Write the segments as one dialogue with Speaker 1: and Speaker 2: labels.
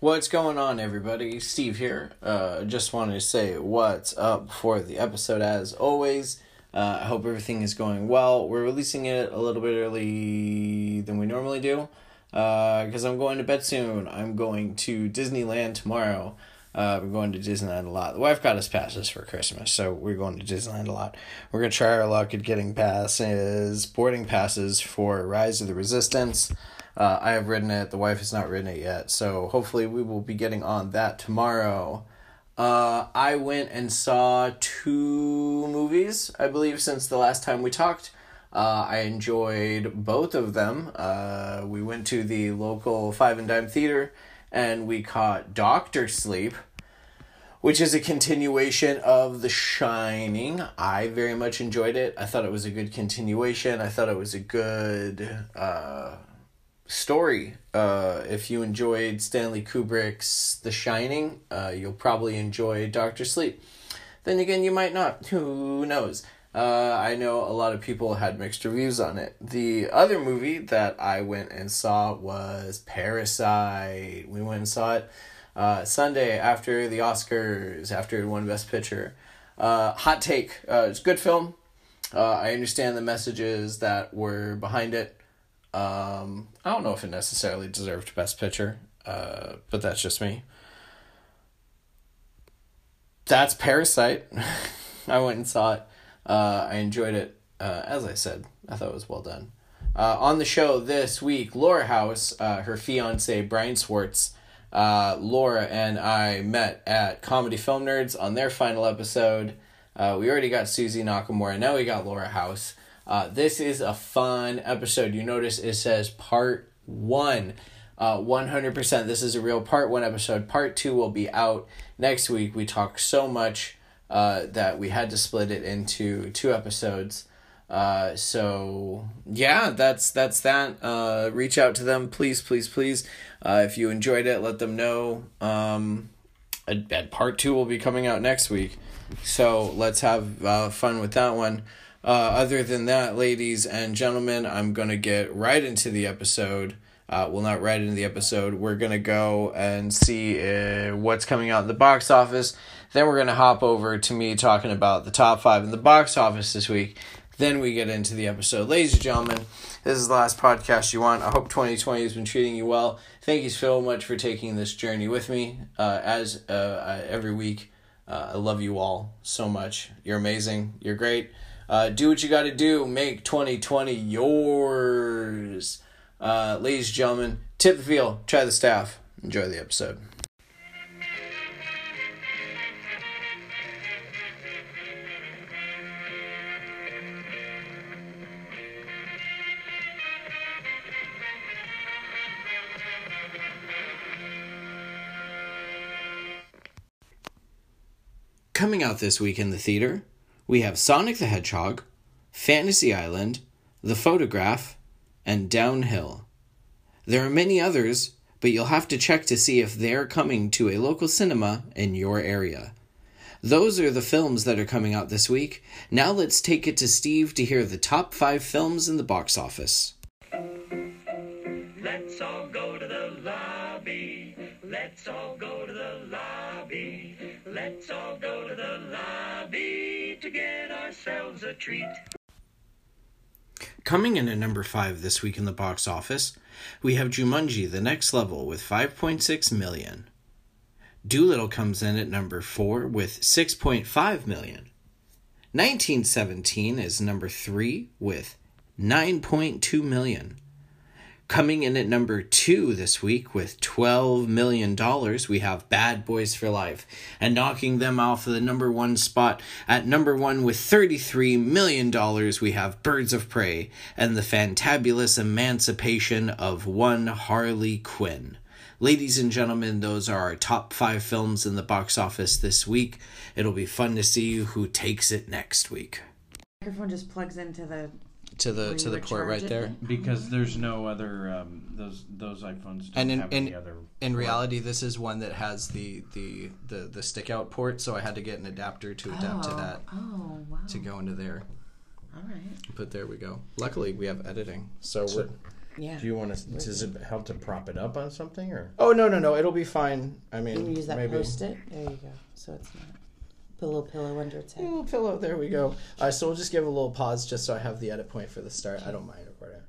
Speaker 1: What's going on, everybody? Steve here. Uh, just wanted to say what's up for the episode as always. Uh, I hope everything is going well. We're releasing it a little bit early than we normally do because I'm going to bed soon. I'm going to Disneyland tomorrow. Uh, we're going to Disneyland a lot. The wife got us passes for Christmas, so we're going to Disneyland a lot. We're gonna try our luck at getting passes, boarding passes for Rise of the Resistance. Uh, I have ridden it. The wife has not ridden it yet, so hopefully we will be getting on that tomorrow. Uh, I went and saw two movies, I believe, since the last time we talked. Uh, I enjoyed both of them. Uh, we went to the local Five and Dime Theater and we caught Doctor Sleep, which is a continuation of The Shining. I very much enjoyed it. I thought it was a good continuation. I thought it was a good uh, story. Uh, if you enjoyed Stanley Kubrick's The Shining, uh, you'll probably enjoy Doctor Sleep. Then again, you might not. Who knows? Uh, I know a lot of people had mixed reviews on it. The other movie that I went and saw was Parasite. We went and saw it uh, Sunday after the Oscars, after it won Best Picture. Uh, hot take. Uh, it's a good film. Uh, I understand the messages that were behind it. Um, I don't know if it necessarily deserved Best Picture, uh, but that's just me. That's Parasite. I went and saw it. Uh, I enjoyed it. Uh, as I said, I thought it was well done. Uh, on the show this week, Laura House, uh, her fiance Brian Swartz, uh, Laura and I met at Comedy Film Nerds on their final episode. Uh, we already got Susie Nakamura. Now we got Laura House. Uh, this is a fun episode. You notice it says part one. Uh, 100%. This is a real part one episode. Part two will be out next week. We talk so much uh, that we had to split it into two episodes. Uh, so yeah, that's that's that. Uh, reach out to them, please, please, please. Uh, if you enjoyed it, let them know. Um, and, and part two will be coming out next week, so let's have uh, fun with that one. Uh, other than that, ladies and gentlemen, I'm gonna get right into the episode. Uh, well, not right into the episode. We're gonna go and see uh, what's coming out in the box office. Then we're gonna hop over to me talking about the top five in the box office this week. Then we get into the episode. Ladies and gentlemen, this is the last podcast you want. I hope 2020 has been treating you well. Thank you so much for taking this journey with me. Uh, as uh, uh, every week, uh, I love you all so much. You're amazing. You're great. Uh, do what you got to do. Make 2020 yours. Uh, ladies and gentlemen, tip the field. Try the staff. Enjoy the episode. Coming out this week in the theater, we have Sonic the Hedgehog, Fantasy Island, The Photograph, and Downhill. There are many others, but you'll have to check to see if they're coming to a local cinema in your area. Those are the films that are coming out this week. Now let's take it to Steve to hear the top five films in the box office.
Speaker 2: Let's all go to the lobby. Let's all go to the lobby. Let's all go to the lobby to get ourselves a treat.
Speaker 1: Coming in at number five this week in the box office, we have Jumanji The Next Level with 5.6 million. Doolittle comes in at number four with 6.5 million. 1917 is number three with 9.2 million. Coming in at number two this week with $12 million, we have Bad Boys for Life and knocking them off of the number one spot. At number one with $33 million, we have Birds of Prey and the fantabulous emancipation of one Harley Quinn. Ladies and gentlemen, those are our top five films in the box office this week. It'll be fun to see who takes it next week.
Speaker 3: microphone just plugs into the
Speaker 1: To
Speaker 3: Where
Speaker 1: the
Speaker 3: you
Speaker 1: to the
Speaker 3: would
Speaker 1: port
Speaker 3: charge
Speaker 1: right
Speaker 3: it
Speaker 1: there.
Speaker 3: then.
Speaker 4: because there's no other um, those those iPhones don't
Speaker 1: and in,
Speaker 4: have
Speaker 1: in,
Speaker 4: any other.
Speaker 1: in reality this is one that has the the the the stick out port so i had to get an adapter to adapt to that
Speaker 3: Oh wow!
Speaker 1: to go into there
Speaker 3: All right.
Speaker 1: but there we go luckily we have editing so we're
Speaker 5: Yeah.
Speaker 6: Do you want to? Does it help to prop it up on something or?
Speaker 7: Oh no no no! It'll be fine. I mean,
Speaker 8: You can use that
Speaker 7: maybe.
Speaker 8: post it. There you go. So it's not. Put a little pillow under its
Speaker 7: A
Speaker 8: head.
Speaker 7: little pillow. There we go. Uh, so we'll just give a little pause, just so I have the edit point for the start. I don't mind recording.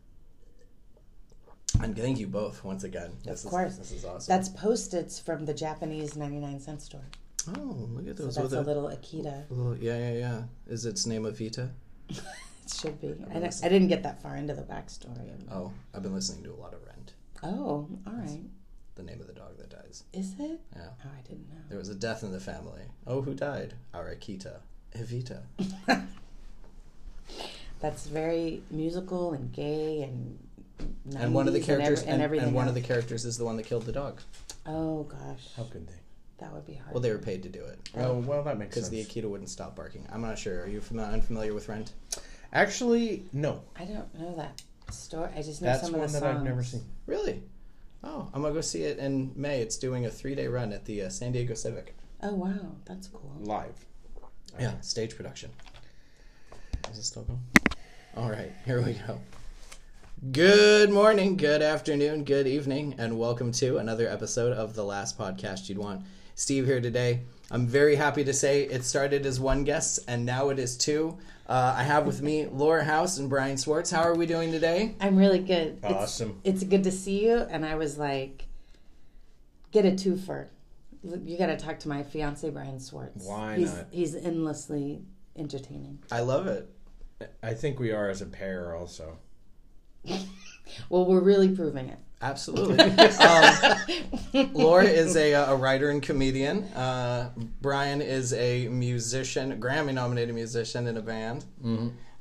Speaker 7: And thank you both once again. This
Speaker 8: Of course.
Speaker 7: is this is awesome.
Speaker 8: That's post its from the Japanese 99 cent store.
Speaker 7: oh, look at
Speaker 8: So
Speaker 7: those
Speaker 8: that's
Speaker 7: with
Speaker 8: a
Speaker 7: a
Speaker 8: little Akita.
Speaker 7: little- yeah yeah yeah. Is its name Avita?
Speaker 8: It should be. I, don't- I didn't get that far into the backstory.
Speaker 7: Oh, I've been listening to a lot of Rent.
Speaker 8: Oh, all right.
Speaker 7: The name of the dog that dies.
Speaker 8: Is it?
Speaker 7: Yeah.
Speaker 8: Oh, I didn't know.
Speaker 7: There was a death in the family. Oh, who died? Our Akita. Evita.
Speaker 8: That's very musical and gay and. 90s
Speaker 7: And one of the characters
Speaker 8: and,
Speaker 7: and,
Speaker 8: every- everything.
Speaker 7: and one of the
Speaker 8: else.
Speaker 7: characters is the one that killed the dog.
Speaker 8: Oh gosh,
Speaker 6: How could they?
Speaker 8: that would be hard.
Speaker 7: Well, they were paid to do it.
Speaker 6: Oh well, that makes sense.
Speaker 7: Because the Akita wouldn't stop barking. I'm not sure. Are you familiar, unfamiliar with Rent?
Speaker 6: Actually, no.
Speaker 8: I don't know that story. I just know
Speaker 6: That's
Speaker 8: some
Speaker 6: one
Speaker 8: of the
Speaker 6: that
Speaker 8: songs.
Speaker 6: I've never seen.
Speaker 7: Really? Oh, I'm gonna go see it in May. It's doing a three day run at the uh, San Diego Civic.
Speaker 8: Oh wow, that's cool.
Speaker 6: Live.
Speaker 7: Yeah, stage production. Is it still going? All right, here we go. Good morning, good afternoon, good evening, and welcome to another episode of The Last Podcast You'd Want. Steve here today. I'm very happy to say it started as one guest and now it is two. Uh, I have with me Laura House and Brian Swartz. How are we doing today?
Speaker 8: I'm really good. It's-
Speaker 6: Awesome.
Speaker 8: It's, good to see you. And I was like, get a twofer. You got to talk to my fiance Brian Swartz.
Speaker 6: Why
Speaker 8: he's,
Speaker 6: not?
Speaker 8: He's endlessly entertaining.
Speaker 7: I love it.
Speaker 6: I think we are as a pair also.
Speaker 8: Well, we're really proving it.
Speaker 7: Absolutely. um, Laura is a, uh, a writer and comedian. Uh, Brian is a musician, Grammy nominated musician in a band.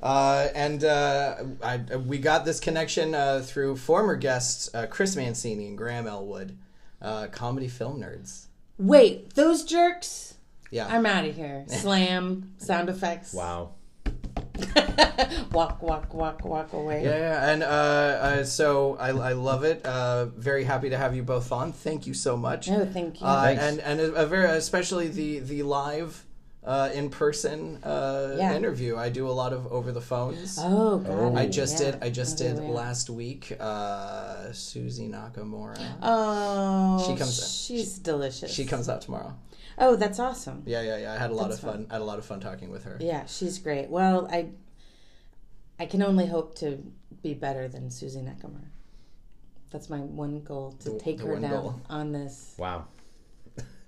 Speaker 7: Uh, and uh, I, we got this connection uh, through former guests uh, Chris Mancini and Graham Elwood, uh, comedy film nerds.
Speaker 8: Wait, those jerks?
Speaker 7: Yeah.
Speaker 8: I'm out of here. Slam, sound effects.
Speaker 6: Wow.
Speaker 8: walk, walk, walk, walk away.
Speaker 7: yeah, yeah, and uh, uh, so I, I love it. Uh, very happy to have you both on. Thank you so much.
Speaker 8: No, thank you.
Speaker 7: uh,
Speaker 6: Thanks.
Speaker 7: and and a, a very especially the the live uh, in person uh,
Speaker 8: Yeah.
Speaker 7: interview. I do a lot of over the phones.
Speaker 8: oh, God.
Speaker 7: I just
Speaker 8: yeah. Oh,
Speaker 7: did. I just
Speaker 8: Okay,
Speaker 7: did
Speaker 8: yeah.
Speaker 7: last week. Uh, Susie Nakamura.
Speaker 8: Oh,
Speaker 7: She comes-
Speaker 8: She's delicious.
Speaker 7: she comes out tomorrow.
Speaker 8: Oh, that's awesome.
Speaker 7: Yeah, yeah, yeah. I had a lot
Speaker 8: That's
Speaker 7: of fun. I had a lot of fun talking with her.
Speaker 8: Yeah, she's great. Well, I I can only hope to be better than Susie Neckemer. That's my one goal to
Speaker 7: The-
Speaker 8: take
Speaker 7: the
Speaker 8: her
Speaker 7: one
Speaker 8: down
Speaker 7: goal.
Speaker 8: on this
Speaker 6: Wow.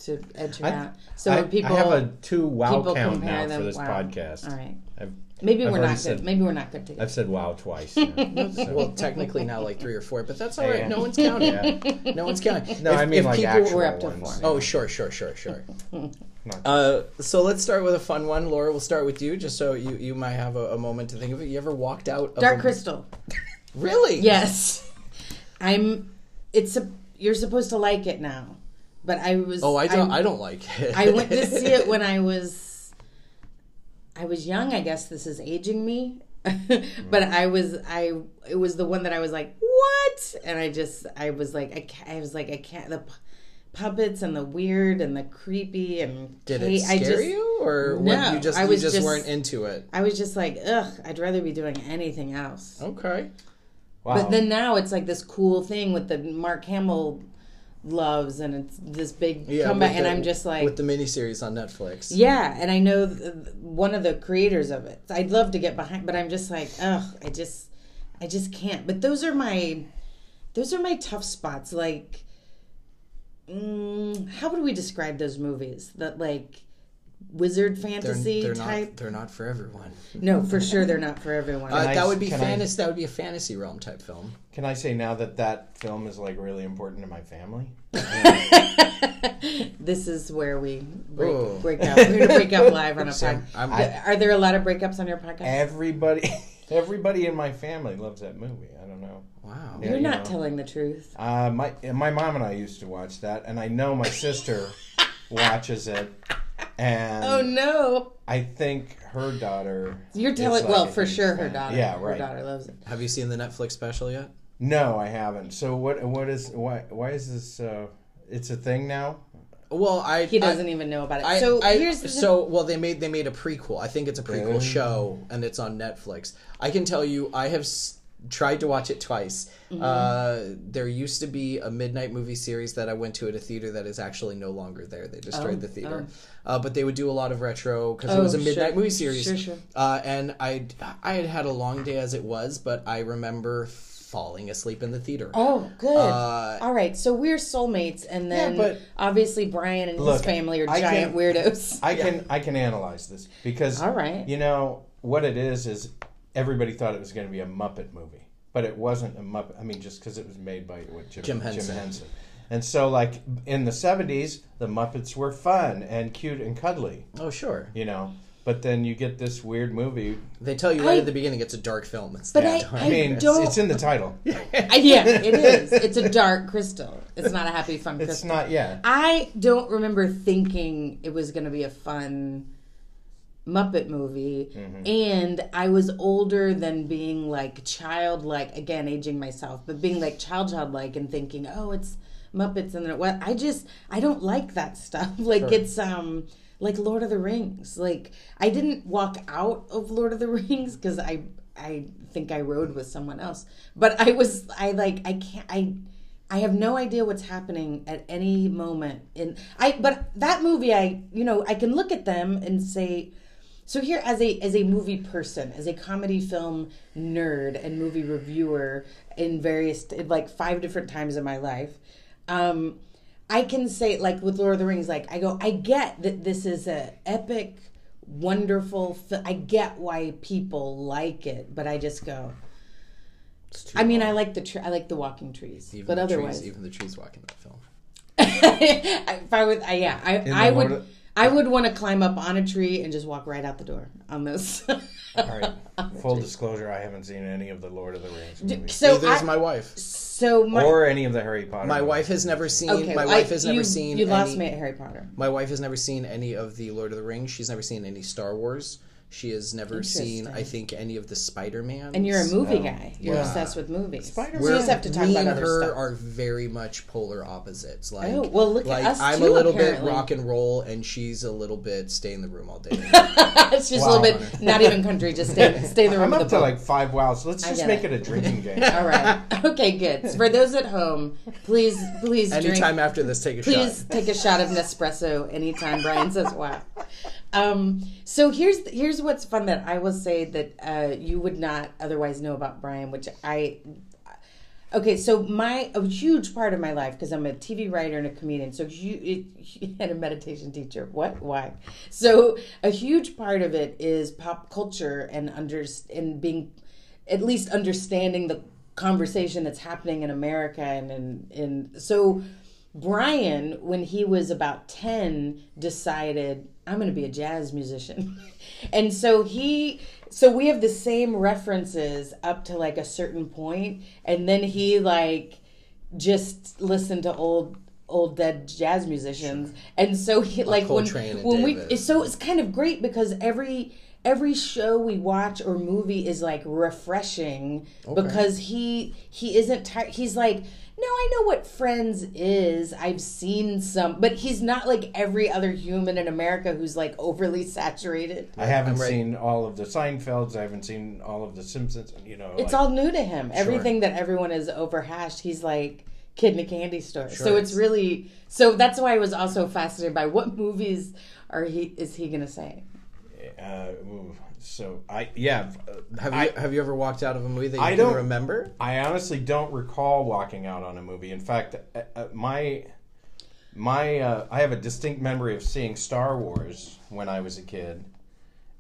Speaker 8: to edge her
Speaker 6: I-
Speaker 8: out. So
Speaker 6: I,
Speaker 8: when people
Speaker 6: I have a two wow
Speaker 8: people
Speaker 6: count
Speaker 8: compare
Speaker 6: now
Speaker 8: them.
Speaker 6: for this
Speaker 8: Wow.
Speaker 6: podcast.
Speaker 8: all right.
Speaker 6: I've-
Speaker 8: maybe
Speaker 6: I've
Speaker 8: we're
Speaker 6: already
Speaker 8: not good.
Speaker 6: said-
Speaker 8: Maybe we're not good together.
Speaker 6: I've said wow twice. yeah. So-
Speaker 7: Well, technically now like three or four, but that's all
Speaker 6: Yeah,
Speaker 7: right.
Speaker 6: yeah.
Speaker 7: No one's counting.
Speaker 6: yeah.
Speaker 7: No one's counting.
Speaker 6: No,
Speaker 7: If-
Speaker 6: I mean
Speaker 7: if
Speaker 6: like
Speaker 7: people
Speaker 6: actual
Speaker 8: were up to
Speaker 6: ones.
Speaker 8: four.
Speaker 7: Oh, sure, sure, sure, sure.
Speaker 6: Not-
Speaker 7: uh, so let's start with a fun one. Laura, we'll start with you, just so you, you might have a, a moment to think of it. You ever walked out of
Speaker 8: Dark
Speaker 7: a-
Speaker 8: Crystal.
Speaker 7: Really?
Speaker 8: Yes, I'm. It's a, you're supposed to like it now, but I was.
Speaker 7: Oh, I don't. I, don't like it.
Speaker 8: I went to see it when I was I was young. I guess this is aging me. but I was I it was the one that I was like, "What?" And I just I was like I ca I was like I can't the pu- puppets and the weird and the creepy and
Speaker 7: Did
Speaker 8: ca-
Speaker 7: it
Speaker 8: I
Speaker 7: scare
Speaker 8: just,
Speaker 7: you, or were
Speaker 8: No,
Speaker 7: you just
Speaker 8: I
Speaker 7: you
Speaker 8: was
Speaker 7: just,
Speaker 8: just-
Speaker 7: weren't into it?
Speaker 8: I was just like, "Ugh, I'd rather be doing anything else."
Speaker 7: Okay.
Speaker 6: wow.
Speaker 8: But then now it's like this cool thing with the Mark Hamill loves and it's this big comeback
Speaker 7: with
Speaker 8: and
Speaker 7: the-
Speaker 8: I'm just like
Speaker 7: with the miniseries on Netflix.
Speaker 8: Yeah, and I know th- th- one of the creators of it. I'd love to get behind, but I'm just like, ugh, I just, I just can't. But those are my, those are my tough spots. Like, mm, how would we describe those movies? That like wizard
Speaker 7: They're,
Speaker 8: fantasy
Speaker 7: they're
Speaker 8: type?
Speaker 7: not. They're not for everyone.
Speaker 8: No, for sure they're not for everyone.
Speaker 7: Uh,
Speaker 6: I
Speaker 7: that
Speaker 6: s-
Speaker 7: would be
Speaker 6: can I-
Speaker 7: fantasy. That would be a fantasy realm type film.
Speaker 6: Can I say now that that film is like really important to my family?
Speaker 8: this is where we
Speaker 7: Ooh.
Speaker 8: break, break up. We're gonna break up live on a podcast.
Speaker 7: I'm-
Speaker 8: Are there a lot of breakups on your podcast?
Speaker 6: Everybody, everybody in my family loves that movie. I don't know.
Speaker 7: Wow.
Speaker 6: Yeah.
Speaker 8: You're
Speaker 6: you
Speaker 8: not
Speaker 6: know.
Speaker 8: telling the truth.
Speaker 6: Uh, my my mom and I used to watch that, and I know my sister watches it, and
Speaker 8: Oh no.
Speaker 6: I think her daughter.
Speaker 8: You're
Speaker 6: is
Speaker 8: telling
Speaker 6: like
Speaker 8: well
Speaker 6: a
Speaker 8: for
Speaker 6: huge
Speaker 8: sure her
Speaker 6: fan.
Speaker 8: daughter.
Speaker 6: Yeah, right.
Speaker 8: Her daughter loves it.
Speaker 7: Have you seen the Netflix special yet?
Speaker 6: No, I haven't. So what? What is why? Why is this? Uh, it's a thing now.
Speaker 7: Well, I
Speaker 8: He
Speaker 7: I-
Speaker 8: doesn't even know about it.
Speaker 7: I,
Speaker 8: so
Speaker 7: I-
Speaker 8: here's the
Speaker 7: so well they made they made a prequel. I think it's a prequel show and it's on Netflix. I can tell you I have s- tried to watch it twice.
Speaker 8: Mm-hmm.
Speaker 7: Uh, there used to be a midnight movie series that I went to at a theater that is actually no longer there. They destroyed the theater, uh, but they would do a lot of retro because it was a
Speaker 8: Oh,
Speaker 7: midnight
Speaker 8: sure.
Speaker 7: movie series.
Speaker 8: Sure, sure.
Speaker 7: Uh, and I I had had a long day as it was, but I remember falling asleep in the theater.
Speaker 8: Oh, good.
Speaker 7: Uh,
Speaker 8: All right, so we're soulmates, and then
Speaker 7: but-
Speaker 8: obviously Brian and his
Speaker 6: Look,
Speaker 8: family are
Speaker 6: I
Speaker 8: giant
Speaker 6: can-
Speaker 8: weirdos.
Speaker 6: I can I can analyze this because
Speaker 8: All right.
Speaker 6: you know what it is is everybody thought it was going to be a Muppet movie, but it wasn't a Muppet. I mean, just because it was made by what, Jim,
Speaker 7: Jim Henson.
Speaker 6: and so like in the seventies, the Muppets were fun and cute and cuddly,
Speaker 7: Oh sure.
Speaker 6: you know. But then you get this weird movie.
Speaker 7: They tell you right
Speaker 8: I-
Speaker 7: at the beginning it's a dark film. It's
Speaker 8: But
Speaker 7: not
Speaker 8: I-
Speaker 7: dark.
Speaker 6: I mean, it's,
Speaker 8: don't-
Speaker 6: it's in the title.
Speaker 8: I- yeah, it is. It's a dark crystal. It's not a happy fun crystal.
Speaker 6: It's not yeah.
Speaker 8: I don't remember thinking it was going to be a fun Muppet movie. And I was older than being like childlike, again, aging myself, but being like child childlike and thinking, oh, it's Muppets. And then it was, I just, I don't like that stuff. like it's, um, like Lord of the Rings. Like I didn't walk out of Lord of the Rings because I, I think I rode with someone else, but I was, I like, I can't, I, I have no idea what's happening at any moment in I but that movie I you know I can look at them and say so here as a as a movie person as a comedy film nerd and movie reviewer in various in like five different times in my life um I can say like with Lord of the Rings like I go I get that this is a epic wonderful fi- I get why people like it but I just go I mean, I like the tre- I like the walking trees,
Speaker 7: even
Speaker 8: but
Speaker 7: the
Speaker 8: otherwise,
Speaker 7: trees, even the trees walk in that film.
Speaker 8: if I would, I, yeah, I,
Speaker 6: the
Speaker 8: I would,
Speaker 6: Lord of-
Speaker 8: I would want to climb up on a tree and just walk right out the door on those.
Speaker 6: All right. Full disclosure: I haven't seen any of the Lord of the Rings movies
Speaker 8: so,
Speaker 7: Neither
Speaker 8: I,
Speaker 7: is my wife.
Speaker 8: so my,
Speaker 6: or any of the Harry Potter.
Speaker 7: My
Speaker 6: movies.
Speaker 7: wife has never seen.
Speaker 8: okay,
Speaker 7: my
Speaker 8: I-
Speaker 7: wife has never
Speaker 8: you-
Speaker 7: seen.
Speaker 8: You lost
Speaker 7: any-
Speaker 8: me at Harry Potter.
Speaker 7: My wife has never seen any of the Lord of the Rings. She's never seen any Star Wars. She has never seen, I
Speaker 8: Interesting.
Speaker 7: think, any of the Spider Man.
Speaker 8: And you're a movie guy. You're obsessed with movies.
Speaker 6: Spider-Man.
Speaker 8: We just have to talk
Speaker 7: me
Speaker 8: about
Speaker 7: and
Speaker 8: other
Speaker 7: her
Speaker 8: stuff.
Speaker 7: are very much polar opposites. Like,
Speaker 8: Oh, well, look at
Speaker 7: like
Speaker 8: us
Speaker 7: I'm
Speaker 8: too,
Speaker 7: a little
Speaker 8: apparently.
Speaker 7: bit rock and roll, and she's a little bit stay in the room all day.
Speaker 8: it's just a little bit not even country. Just stay, stay in the room.
Speaker 6: I'm
Speaker 8: with
Speaker 6: up
Speaker 8: the
Speaker 6: to
Speaker 8: book.
Speaker 6: like five wows. Let's just
Speaker 8: get
Speaker 6: make
Speaker 8: it.
Speaker 6: it a drinking game.
Speaker 8: All right. Okay, good. For those at home, please, please drink.
Speaker 7: Anytime after this, take a
Speaker 8: Please
Speaker 7: shot.
Speaker 8: take a shot of Nespresso anytime Brian says wow. Um, so here's here's what's fun that I will say that uh, you would not otherwise know about Brian, which I okay. So my a huge part of my life because I'm a TV writer and a comedian. So you it, and a meditation teacher. What? Why? So a huge part of it is pop culture and under and being at least understanding the conversation that's happening in America and and, and so Brian, when he was about 10, decided, I'm going to be a jazz musician. and so he, so we have the same references up to like a certain point, And then he, like, just listened to old, old dead jazz musicians. And so he, like, when,
Speaker 7: Coltrane and
Speaker 8: when we,
Speaker 7: Davis.
Speaker 8: it's so it's kind of great because every, every show we watch or movie is like refreshing because he he isn't tired he's like no i know what friends is i've seen some but he's not like every other human in america who's like overly saturated
Speaker 6: I haven't
Speaker 7: right.
Speaker 6: seen all of the Seinfelds. I haven't seen all of the Simpsons. You know,
Speaker 8: it's
Speaker 6: like-
Speaker 8: all new to him everything that everyone is overhashed he's like kid in a candy store so it's really so that's why i was also fascinated by what movies are he is he gonna say
Speaker 6: Uh, ooh, so I yeah, uh,
Speaker 7: Have you have you ever walked out of a movie that you
Speaker 6: I
Speaker 7: can
Speaker 6: don't-
Speaker 7: remember?
Speaker 6: I honestly don't recall walking out on a movie. In fact, uh, uh, my my uh, I have a distinct memory of seeing Star Wars when I was a kid,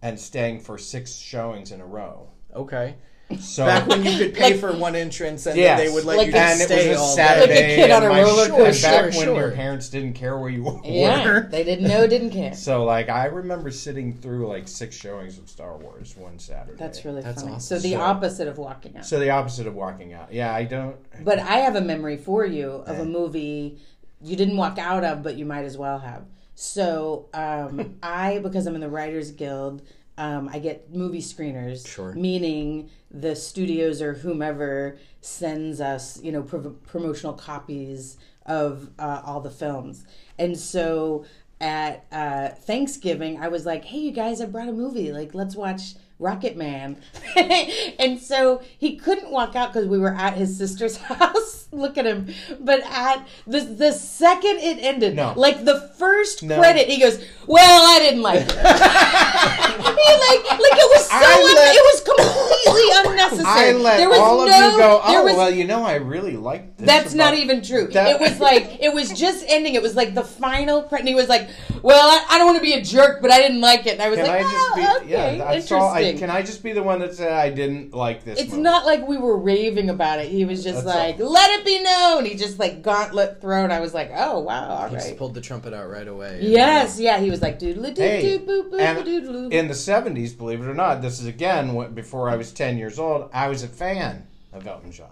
Speaker 6: and staying for six showings in a row.
Speaker 7: Okay.
Speaker 6: So
Speaker 7: Back when you could pay for one entrance and
Speaker 6: Yes.
Speaker 7: then they would let
Speaker 8: Like
Speaker 7: you
Speaker 8: a-
Speaker 6: and
Speaker 7: just
Speaker 6: it
Speaker 7: stay
Speaker 6: was a
Speaker 7: all
Speaker 6: Saturday,
Speaker 7: day.
Speaker 8: kid on
Speaker 6: and
Speaker 8: a
Speaker 6: my-
Speaker 8: roller
Speaker 6: and
Speaker 8: coaster.
Speaker 6: back when
Speaker 7: Sure,
Speaker 6: your
Speaker 7: sure.
Speaker 6: parents didn't care where you were.
Speaker 8: yeah they didn't know didn't care
Speaker 6: So like I remember sitting through like six showings of Star Wars one Saturday.
Speaker 8: that's really
Speaker 7: That's
Speaker 8: funny
Speaker 7: awesome.
Speaker 8: so the
Speaker 6: So-
Speaker 8: opposite of walking out
Speaker 6: so the opposite of walking out. Yeah, I don't.
Speaker 8: But I have a memory for you of a movie you didn't walk out of, but you might as well have. So um, I, because I'm in the Writers Guild, um, I get movie screeners,
Speaker 7: Sure.
Speaker 8: meaning the studios or whomever sends us, you know, pro- promotional copies of uh, all the films. And so at uh, Thanksgiving, I was like, "Hey, you guys, I brought a movie. Like, let's watch Rocket Man. and so he couldn't walk out because we were at his sister's house. Look at him. But at the the second it ended,
Speaker 6: No.
Speaker 8: like the first
Speaker 6: No.
Speaker 8: credit, he goes, Well, I didn't like it. he like like it was so
Speaker 6: I
Speaker 8: un-
Speaker 6: let-
Speaker 8: it was completely unnecessary.
Speaker 6: I let
Speaker 8: there was
Speaker 6: all
Speaker 8: no,
Speaker 6: of you go.
Speaker 8: there
Speaker 6: Oh
Speaker 8: was
Speaker 6: well, you know I really like this.
Speaker 8: that's not
Speaker 6: about-"
Speaker 8: even true.
Speaker 6: That-
Speaker 8: it was like it was just ending. It was like the final print. And he was like, "Well, I, I don't want to be a jerk, but I didn't like it." And I was
Speaker 6: Can
Speaker 8: like,
Speaker 6: I just be?
Speaker 8: "Oh, okay,
Speaker 6: yeah, that's
Speaker 8: interesting."
Speaker 6: all. I, can I just be the one that said I didn't like this?
Speaker 8: it's
Speaker 6: movie?
Speaker 8: not like we were raving about it. He was just like,
Speaker 6: That's
Speaker 8: "Let it be known." He just like gauntlet thrown. I was like, "Oh wow, all
Speaker 7: He just
Speaker 8: right."
Speaker 7: pulled the trumpet out right away.
Speaker 8: Yes, yeah. He was like, "Doodle
Speaker 6: Hey,
Speaker 8: doo boop boop
Speaker 6: and
Speaker 8: doodle."
Speaker 6: in the seventies, believe it or not, this is again what, before I was ten years old. I was a fan of Elton John.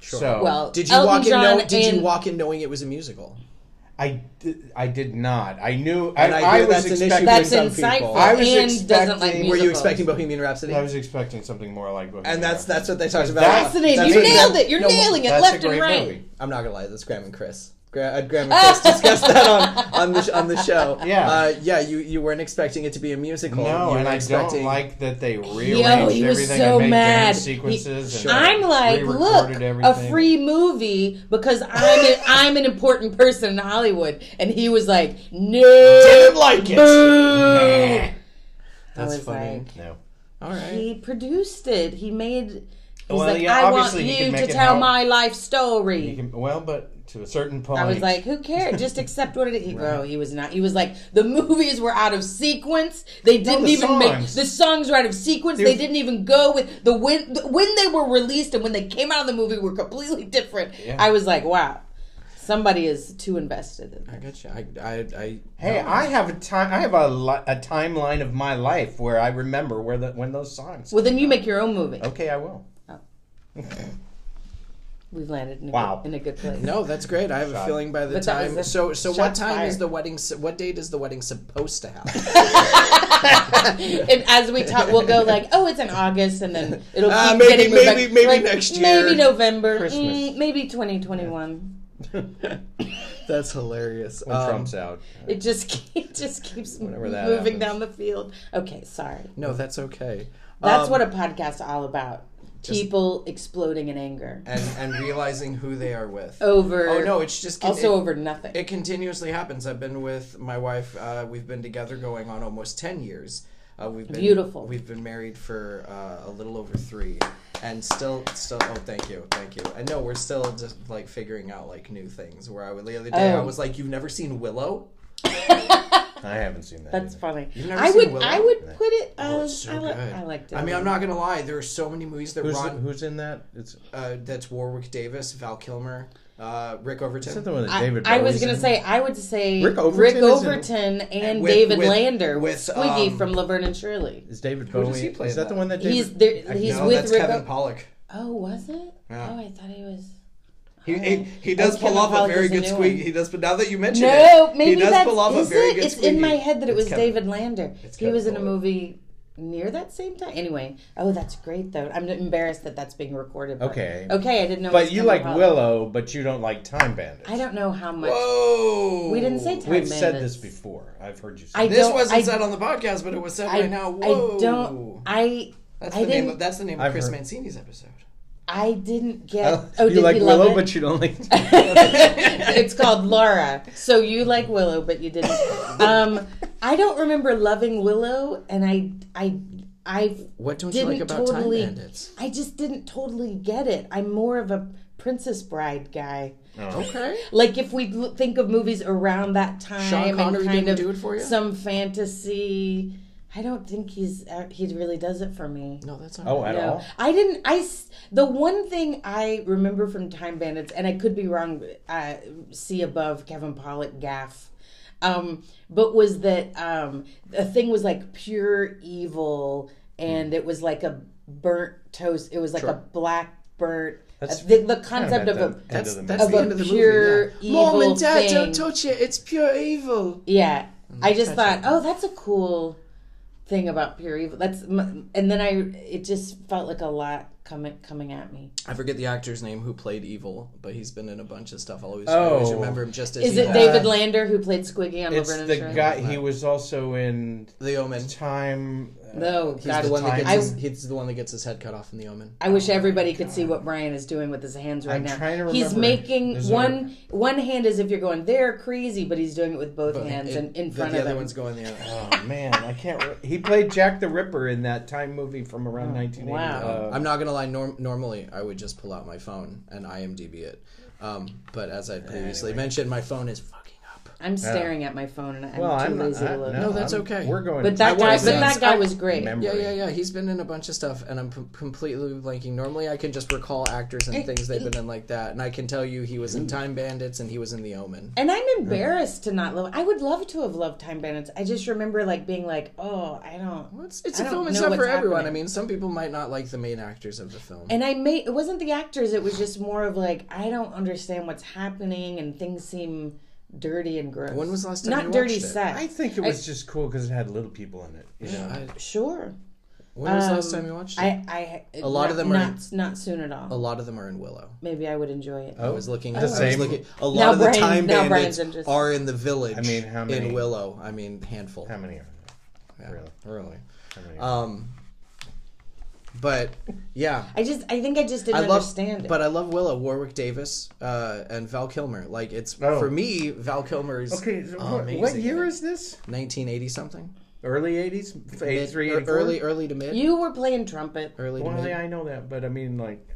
Speaker 7: Sure.
Speaker 6: So
Speaker 8: Well,
Speaker 7: Did you
Speaker 8: Elton
Speaker 7: walk in?
Speaker 8: John
Speaker 7: Know, did
Speaker 8: and-
Speaker 7: you walk in knowing it was a musical?
Speaker 6: I, did, I did not. I knew.
Speaker 7: And
Speaker 6: I,
Speaker 7: I hear
Speaker 6: I was
Speaker 7: that's an issue
Speaker 6: expecting.
Speaker 7: with
Speaker 8: That's
Speaker 7: some
Speaker 8: insightful.
Speaker 7: people.
Speaker 6: I was
Speaker 8: and doesn't like
Speaker 6: expecting-
Speaker 8: musicals.
Speaker 7: Were you expecting Bohemian Rhapsody?
Speaker 6: I was expecting something more like. Bohemian
Speaker 7: and that's
Speaker 6: Rhapsody.
Speaker 7: that's what they talked about.
Speaker 6: That's-
Speaker 8: Fascinating.
Speaker 7: That's
Speaker 8: you
Speaker 7: what-
Speaker 8: nailed it. You're
Speaker 7: No,
Speaker 8: nailing it
Speaker 6: That's
Speaker 8: left
Speaker 6: a
Speaker 8: and
Speaker 6: great
Speaker 8: right.
Speaker 6: movie.
Speaker 7: I'm not gonna lie, that's Graham and Chris. Gra- uh, Graham and Chris discussed that on, on the sh- on the show.
Speaker 6: Yeah.
Speaker 7: uh, yeah. You you weren't expecting it to be a musical. you
Speaker 6: No,
Speaker 7: were
Speaker 6: and I
Speaker 7: expecting-
Speaker 6: don't like that they rearranged
Speaker 8: Yo, he was
Speaker 6: everything
Speaker 8: so
Speaker 6: and made
Speaker 8: mad.
Speaker 6: dance sequences.
Speaker 8: He-
Speaker 6: and
Speaker 8: I'm like, look,
Speaker 6: re-recorded
Speaker 8: a
Speaker 6: everything.
Speaker 8: free movie because I'm a, I'm an important person in Hollywood, and he was like, no,
Speaker 6: Didn't like it. Nah.
Speaker 8: I
Speaker 6: That's
Speaker 8: was
Speaker 6: funny.
Speaker 8: like-
Speaker 6: no.
Speaker 7: All right.
Speaker 8: He produced it. He made. He's
Speaker 6: Well,
Speaker 8: like,
Speaker 6: yeah,
Speaker 8: I want
Speaker 6: obviously he
Speaker 8: you
Speaker 6: can
Speaker 8: to
Speaker 6: make it
Speaker 8: tell
Speaker 6: how-
Speaker 8: my life
Speaker 6: You
Speaker 8: story.
Speaker 6: can, well, but to a certain point,
Speaker 8: I was like, who cares? Just accept what it is. No, he was not. He was like, the movies were out of sequence. They didn't
Speaker 6: the
Speaker 8: even make
Speaker 6: songs.
Speaker 8: the songs were out of sequence. They
Speaker 6: They're-
Speaker 8: didn't even go with the when the- when they were released and when they came out of the movie were completely different.
Speaker 6: Yeah.
Speaker 8: I was like, wow, somebody is too invested in
Speaker 7: I
Speaker 8: this.
Speaker 7: got you. I I, I
Speaker 6: hey, I have a time. I have a, li- a timeline of my life where I remember where the, when those songs.
Speaker 8: Well, then you make your own movie.
Speaker 6: okay, I will.
Speaker 8: We've landed in a,
Speaker 6: Wow.
Speaker 8: good, in a good place.
Speaker 7: No, that's great. I have a feeling by the
Speaker 8: But that was
Speaker 7: time.
Speaker 8: the-
Speaker 7: So, so what
Speaker 8: shots
Speaker 7: time is
Speaker 8: fired.
Speaker 7: the wedding? s- What date is the wedding supposed to happen?
Speaker 8: and as we talk, we'll go like, oh, it's in August, and then it'll keep
Speaker 7: Ah, maybe-
Speaker 8: getting moved
Speaker 7: maybe-
Speaker 8: back.
Speaker 7: maybe
Speaker 8: Like,
Speaker 7: next year.
Speaker 8: maybe November,
Speaker 6: Christmas.
Speaker 8: mm, maybe twenty twenty one.
Speaker 7: That's hilarious.
Speaker 6: When
Speaker 7: Um,
Speaker 6: Trump's out.
Speaker 8: It just ke- it just keeps
Speaker 6: Whenever
Speaker 8: moving
Speaker 6: that happens.
Speaker 8: down the field. Okay, sorry.
Speaker 7: no, that's okay.
Speaker 8: That's
Speaker 7: Um,
Speaker 8: what a podcast is all about: people exploding in anger
Speaker 7: and and realizing who they are with.
Speaker 8: over.
Speaker 7: Oh no, it's just con-
Speaker 8: also
Speaker 7: it-
Speaker 8: over nothing.
Speaker 7: It continuously happens. I've been with my wife. Uh, we've been together going on almost ten years. Uh, we've been
Speaker 8: Beautiful.
Speaker 7: We've been married for uh, a little over three, and still, still. Oh, thank you, thank you. And no, we're still just like figuring out like new things. Where I would the other day, I
Speaker 8: Oh.
Speaker 7: was like, "You've never seen Willow?
Speaker 6: I haven't seen that.
Speaker 8: That's
Speaker 6: either.
Speaker 8: funny.
Speaker 7: You've never
Speaker 8: I
Speaker 7: seen
Speaker 8: would
Speaker 7: Willow?
Speaker 8: I would put it. Um,
Speaker 7: Oh, it's so
Speaker 8: I, li-
Speaker 7: good.
Speaker 8: I liked it.
Speaker 7: I mean, I'm not gonna lie. There are so many movies that
Speaker 6: Who's,
Speaker 7: Ron.
Speaker 6: who's in that? It's
Speaker 7: uh, that's Warwick Davis, Val Kilmer, uh, Rick
Speaker 6: is
Speaker 7: Overton.
Speaker 6: that the one that
Speaker 8: I,
Speaker 6: David?
Speaker 8: I was
Speaker 6: Bowie's
Speaker 8: gonna
Speaker 6: in?
Speaker 8: say I would say
Speaker 6: Rick
Speaker 8: Rick
Speaker 6: Overton
Speaker 8: Overton,
Speaker 6: is in-
Speaker 8: and
Speaker 7: with-
Speaker 8: David
Speaker 7: with-
Speaker 8: Lander
Speaker 7: with,
Speaker 8: with Squiggy
Speaker 7: um,
Speaker 8: from Laverne and Shirley.
Speaker 6: Is David
Speaker 7: Who
Speaker 6: Bowie?
Speaker 7: does he play
Speaker 6: is
Speaker 7: in
Speaker 6: that the
Speaker 7: that?
Speaker 6: one that David?
Speaker 8: He's there. He's
Speaker 7: Uh, no,
Speaker 8: with
Speaker 7: that's
Speaker 8: Rick.
Speaker 7: Kevin
Speaker 8: O-
Speaker 7: Pollock.
Speaker 8: oh, was it?
Speaker 7: Yeah.
Speaker 8: Oh, I thought he was.
Speaker 7: He, he, he
Speaker 8: Oh,
Speaker 7: does pull
Speaker 8: Kevin
Speaker 7: off a
Speaker 8: Pollak
Speaker 7: very
Speaker 8: is the
Speaker 7: good
Speaker 8: new
Speaker 7: squeak.
Speaker 8: one.
Speaker 7: He does, but now that you mention
Speaker 8: No,
Speaker 7: it,
Speaker 8: maybe
Speaker 7: he does
Speaker 8: that's
Speaker 7: pull off a
Speaker 8: is
Speaker 7: very
Speaker 8: it?
Speaker 7: good
Speaker 8: It's in
Speaker 7: squeaky.
Speaker 8: my head that it
Speaker 7: It's
Speaker 8: was
Speaker 7: Kevin.
Speaker 8: David Lander. He
Speaker 7: Kevin
Speaker 8: was in a
Speaker 7: Pollak.
Speaker 8: movie near that same time. Anyway, oh, that's great though. I'm embarrassed that that's being recorded. but-
Speaker 6: Okay.
Speaker 8: Okay, I didn't know. it
Speaker 6: But
Speaker 8: was
Speaker 6: you
Speaker 8: Kevin
Speaker 6: like
Speaker 8: Pollak.
Speaker 6: Willow, but you don't like Time Bandits.
Speaker 8: I don't know how much.
Speaker 7: Whoa!
Speaker 8: We didn't say Time
Speaker 6: We've said
Speaker 8: Bandits.
Speaker 6: this before. I've heard you say.
Speaker 8: I
Speaker 6: this.
Speaker 7: This
Speaker 8: don't-
Speaker 7: wasn't
Speaker 8: I-
Speaker 7: said on the podcast, but it was said
Speaker 8: I,
Speaker 7: right now. Whoa!
Speaker 8: I don't. I.
Speaker 7: That's
Speaker 8: I
Speaker 7: the name.
Speaker 8: didn't-
Speaker 7: Of, that's the name
Speaker 6: I've
Speaker 7: of Chris
Speaker 6: heard-
Speaker 7: Mancini's episode.
Speaker 8: I didn't get.
Speaker 6: Oh,
Speaker 8: Oh,
Speaker 6: you
Speaker 8: did
Speaker 6: like
Speaker 8: he love
Speaker 6: Willow,
Speaker 8: it?
Speaker 6: but you don't like.
Speaker 8: it's called Laura. So you like Willow, but you didn't. Um, I don't remember loving Willow, and I, I, I
Speaker 7: What don't
Speaker 8: didn't
Speaker 7: you like about
Speaker 8: totally.
Speaker 7: Time Bandits?
Speaker 8: I just didn't totally get it. I'm more of a Princess Bride guy.
Speaker 7: Okay.
Speaker 8: Like if we l- think of movies around that time, and
Speaker 7: Connery
Speaker 8: kind
Speaker 7: didn't
Speaker 8: of
Speaker 7: do it for you?
Speaker 8: some fantasy. I don't think he's uh, he really does it for me.
Speaker 7: No, that's not.
Speaker 6: Oh,
Speaker 7: Oh,
Speaker 6: at
Speaker 8: No,
Speaker 6: all.
Speaker 8: I didn't. I s- the one thing I remember from Time Bandits, and I could be wrong. Uh, see above Kevin Pollock gaff, um, but was that um, the thing was like pure evil, and
Speaker 6: Hmm.
Speaker 8: it was like a burnt toast. It was like a black burnt.
Speaker 6: That's
Speaker 8: the, the
Speaker 6: Kind
Speaker 8: concept of,
Speaker 6: at the
Speaker 8: a
Speaker 6: end
Speaker 7: that's
Speaker 6: of the
Speaker 7: that's
Speaker 6: movie.
Speaker 7: the
Speaker 8: Of a
Speaker 7: end of the
Speaker 8: pure
Speaker 7: movie. Yeah. Mom
Speaker 8: evil
Speaker 7: and Dad,
Speaker 8: thing.
Speaker 7: don't touch it. It's pure evil.
Speaker 8: yeah. I just thought, oh, that's a cool thing about pure evil. That's m- and then I it just felt like a lot coming coming at me.
Speaker 7: I forget the actor's name who played Evil, but he's been in a bunch of stuff. I always, I
Speaker 6: Oh.
Speaker 7: always remember him just as
Speaker 8: Is it
Speaker 7: Evil.
Speaker 8: David Lander who played Squiggy on
Speaker 6: It's
Speaker 8: Laverne and
Speaker 6: the
Speaker 8: Shirley?
Speaker 6: guy. He was also in
Speaker 7: The Omen.
Speaker 6: Time. uh,
Speaker 8: No,
Speaker 7: He's
Speaker 8: God,
Speaker 7: the one that gets
Speaker 8: I,
Speaker 7: his, he's the one that gets his head cut off in The Omen.
Speaker 8: I wish everybody could see what Brian is doing with his hands right
Speaker 6: I'm
Speaker 8: now.
Speaker 6: trying to
Speaker 8: he's
Speaker 6: remember.
Speaker 8: making
Speaker 6: There's a-
Speaker 8: one one hand as if you're going there crazy, but he's doing it with both
Speaker 7: But
Speaker 8: hands
Speaker 7: it-
Speaker 8: and in
Speaker 7: the-
Speaker 8: front
Speaker 7: the
Speaker 8: of
Speaker 7: other
Speaker 8: them.
Speaker 7: one's going the other.
Speaker 6: Oh man, I can't. Re- he played Jack the Ripper in that Time movie from around 1980.
Speaker 8: wow.
Speaker 6: Uh,
Speaker 7: I'm not gonna lie. Norm- normally, I would just pull out my phone and IMDb it. Um, but as I previously mentioned, my phone is fucking up.
Speaker 8: I'm staring at my phone and I'm
Speaker 6: well,
Speaker 8: too
Speaker 6: I'm not.
Speaker 8: lazy
Speaker 6: I-
Speaker 8: to look.
Speaker 6: no,
Speaker 7: that's
Speaker 6: I'm-
Speaker 7: okay.
Speaker 6: We're going.
Speaker 8: But that
Speaker 7: wanna
Speaker 8: guy, but
Speaker 7: say
Speaker 8: that
Speaker 7: it's-
Speaker 8: guy was great.
Speaker 6: Remember-
Speaker 7: Yeah,
Speaker 6: Memory.
Speaker 7: yeah, yeah. He's been in a bunch of stuff, and I'm p- completely blanking. Normally, I can just recall actors and things they've been in like that, and I can tell you he was in Time Bandits and he was in The Omen.
Speaker 8: And I'm embarrassed to not love. I would love to have loved Time Bandits. I just remember like being like, oh, I don't.
Speaker 7: It's, it's
Speaker 8: I
Speaker 7: a
Speaker 8: don't
Speaker 7: film. It's
Speaker 8: know
Speaker 7: not
Speaker 8: what's
Speaker 7: for everyone. I
Speaker 8: happening.
Speaker 7: mean, some people might not like the main actors of the film.
Speaker 8: And I made it wasn't the actors. It was just more of like I don't understand what's happening and things seem dirty and gross.
Speaker 7: When was the last time
Speaker 8: Not
Speaker 7: you
Speaker 8: dirty
Speaker 7: watched it?
Speaker 8: sex.
Speaker 6: I think it was just cool because it had little people in it. You know,
Speaker 7: I-
Speaker 8: sure.
Speaker 7: when was the
Speaker 8: Um,
Speaker 7: last time you watched it?
Speaker 8: I, I a
Speaker 7: lot
Speaker 8: not,
Speaker 7: of them are-
Speaker 8: not not soon at
Speaker 7: A Oh.
Speaker 8: all.
Speaker 7: lot of them are in Willow.
Speaker 8: Maybe I would enjoy it.
Speaker 7: I was looking. I was
Speaker 6: Oh. same.
Speaker 7: looking- a lot
Speaker 8: Now
Speaker 7: of the
Speaker 8: Brian-
Speaker 7: time
Speaker 8: now Brian's
Speaker 7: bandits
Speaker 8: interested.
Speaker 7: are in the village.
Speaker 6: I mean, how many?
Speaker 7: in Willow? I mean, handful.
Speaker 6: how many are
Speaker 7: Yeah,
Speaker 6: really?
Speaker 7: Really.
Speaker 6: there? How many?
Speaker 7: Um, but yeah,
Speaker 8: I just I think I just didn't
Speaker 7: I love.
Speaker 8: understand it.
Speaker 7: But I love Willow, Warwick Davis, uh, and Val Kilmer. Like it's
Speaker 6: Oh.
Speaker 7: for me, Val Kilmer is
Speaker 6: okay, so what,
Speaker 7: Oh, amazing.
Speaker 6: what year is this?
Speaker 7: nineteen eighty something?
Speaker 6: Early 80s,
Speaker 7: Mid-
Speaker 6: 83,
Speaker 7: or
Speaker 6: 84?
Speaker 7: early, early to mid.
Speaker 8: you were playing trumpet.
Speaker 7: early to
Speaker 6: Well,
Speaker 7: mid.
Speaker 6: yeah, I know that, but I mean, like,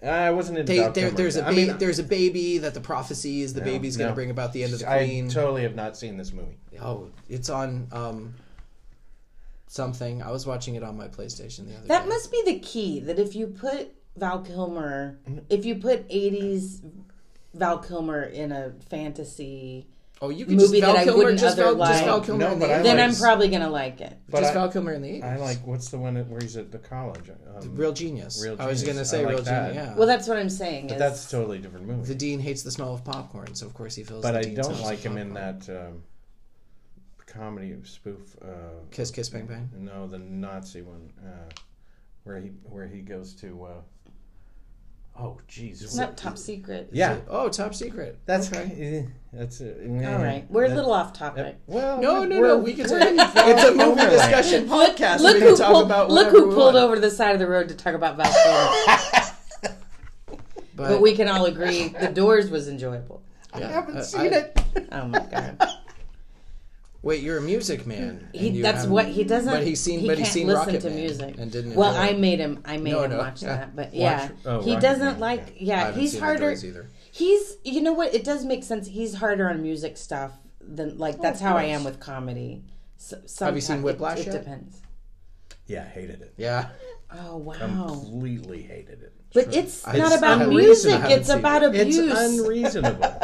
Speaker 6: I wasn't into
Speaker 7: They,
Speaker 6: Val
Speaker 7: there,
Speaker 6: Kilmer.
Speaker 7: there's a ba-
Speaker 6: I mean,
Speaker 7: there's a baby that the prophecy is the baby's gonna
Speaker 6: no.
Speaker 7: bring about the end of the
Speaker 6: I
Speaker 7: queen.
Speaker 6: totally have not seen this movie.
Speaker 7: Oh, it's on um something. I was watching it on my PlayStation the other
Speaker 8: That
Speaker 7: day.
Speaker 8: must be the key. That if you put Val Kilmer,
Speaker 7: Mm-hmm.
Speaker 8: if you put '80s Val Kilmer in a fantasy,
Speaker 7: oh, you can
Speaker 8: movie
Speaker 7: just Val
Speaker 8: that I
Speaker 7: Kilmer,
Speaker 8: wouldn't
Speaker 7: just Val, just
Speaker 8: otherwise-
Speaker 7: Val Kilmer.
Speaker 6: No,
Speaker 7: in
Speaker 6: but
Speaker 7: the
Speaker 6: I
Speaker 7: 80s.
Speaker 8: then
Speaker 6: like-
Speaker 8: I'm probably gonna like it.
Speaker 6: But
Speaker 7: just
Speaker 6: I-
Speaker 7: Val Kilmer in the 80s.
Speaker 6: I like what's the one that, where he's at the college? Um,
Speaker 7: Real Genius.
Speaker 6: Real
Speaker 7: I was
Speaker 6: Genius.
Speaker 7: gonna
Speaker 6: I
Speaker 7: say
Speaker 6: like
Speaker 7: Real
Speaker 6: that.
Speaker 7: Genius. Yeah.
Speaker 8: Well, that's what I'm saying.
Speaker 6: but
Speaker 8: is-
Speaker 6: that's a totally different movie.
Speaker 7: the dean hates the smell of popcorn, so of course he feels.
Speaker 6: but
Speaker 7: the
Speaker 6: I
Speaker 7: dean
Speaker 6: don't
Speaker 7: smells
Speaker 6: like
Speaker 7: of
Speaker 6: him in
Speaker 7: popcorn.
Speaker 6: that um, comedy spoof. Uh,
Speaker 7: Kiss Kiss Bang Bang.
Speaker 6: No, the Nazi one, uh, where he where he goes to. Uh, oh,
Speaker 8: it's
Speaker 6: jeez.
Speaker 8: not top secret.
Speaker 6: Yeah,
Speaker 7: Oh, Top Secret.
Speaker 6: that's okay. That's it.
Speaker 8: All right, we're a little off topic.
Speaker 6: Well,
Speaker 7: No, no,
Speaker 6: we're-
Speaker 7: no. We can talk. It's
Speaker 6: it's
Speaker 7: a movie discussion podcast.
Speaker 8: Look
Speaker 7: we can
Speaker 8: who
Speaker 7: talk
Speaker 8: pulled,
Speaker 7: about
Speaker 8: look
Speaker 7: whatever
Speaker 8: who
Speaker 7: we
Speaker 8: pulled
Speaker 7: want.
Speaker 8: over to the side of the road to talk about Val Kilmer. but we can all agree the Doors was enjoyable.
Speaker 7: Yeah,
Speaker 6: I haven't
Speaker 7: uh,
Speaker 6: seen
Speaker 7: I-
Speaker 6: it.
Speaker 8: Oh my god,
Speaker 7: Wait, you're a music man. and
Speaker 8: he,
Speaker 7: you
Speaker 8: that's
Speaker 7: haven't-
Speaker 8: what he doesn't.
Speaker 7: But he's seen. but he's
Speaker 8: can't
Speaker 7: seen
Speaker 8: listen
Speaker 7: Rocket
Speaker 8: to
Speaker 7: Man
Speaker 8: music
Speaker 7: and didn't.
Speaker 8: Well,
Speaker 7: enjoy it.
Speaker 8: I made him. I made
Speaker 7: No,
Speaker 8: him
Speaker 7: no,
Speaker 8: watch
Speaker 7: yeah.
Speaker 8: that, but yeah,
Speaker 6: oh,
Speaker 8: he
Speaker 6: Rocket
Speaker 8: doesn't
Speaker 6: Man,
Speaker 8: like.
Speaker 7: I
Speaker 8: Yeah,
Speaker 7: haven't
Speaker 8: he's
Speaker 7: seen The
Speaker 8: harder.
Speaker 7: Doors either.
Speaker 8: He's. You know what? It does make sense. He's harder on music stuff than like.
Speaker 7: Oh,
Speaker 8: That's how I am with comedy. So,
Speaker 7: you seen
Speaker 8: sometimes- it-
Speaker 7: Whiplash
Speaker 8: It,
Speaker 7: yet?
Speaker 8: depends.
Speaker 6: Yeah, hated it.
Speaker 7: Yeah.
Speaker 8: Oh wow.
Speaker 6: Completely hated it.
Speaker 8: But it's
Speaker 7: I
Speaker 8: not
Speaker 7: just- I
Speaker 8: about
Speaker 7: haven't- I
Speaker 8: music.
Speaker 7: haven't
Speaker 8: It's
Speaker 7: seen
Speaker 8: about
Speaker 6: It's
Speaker 8: abuse.
Speaker 6: unreasonable.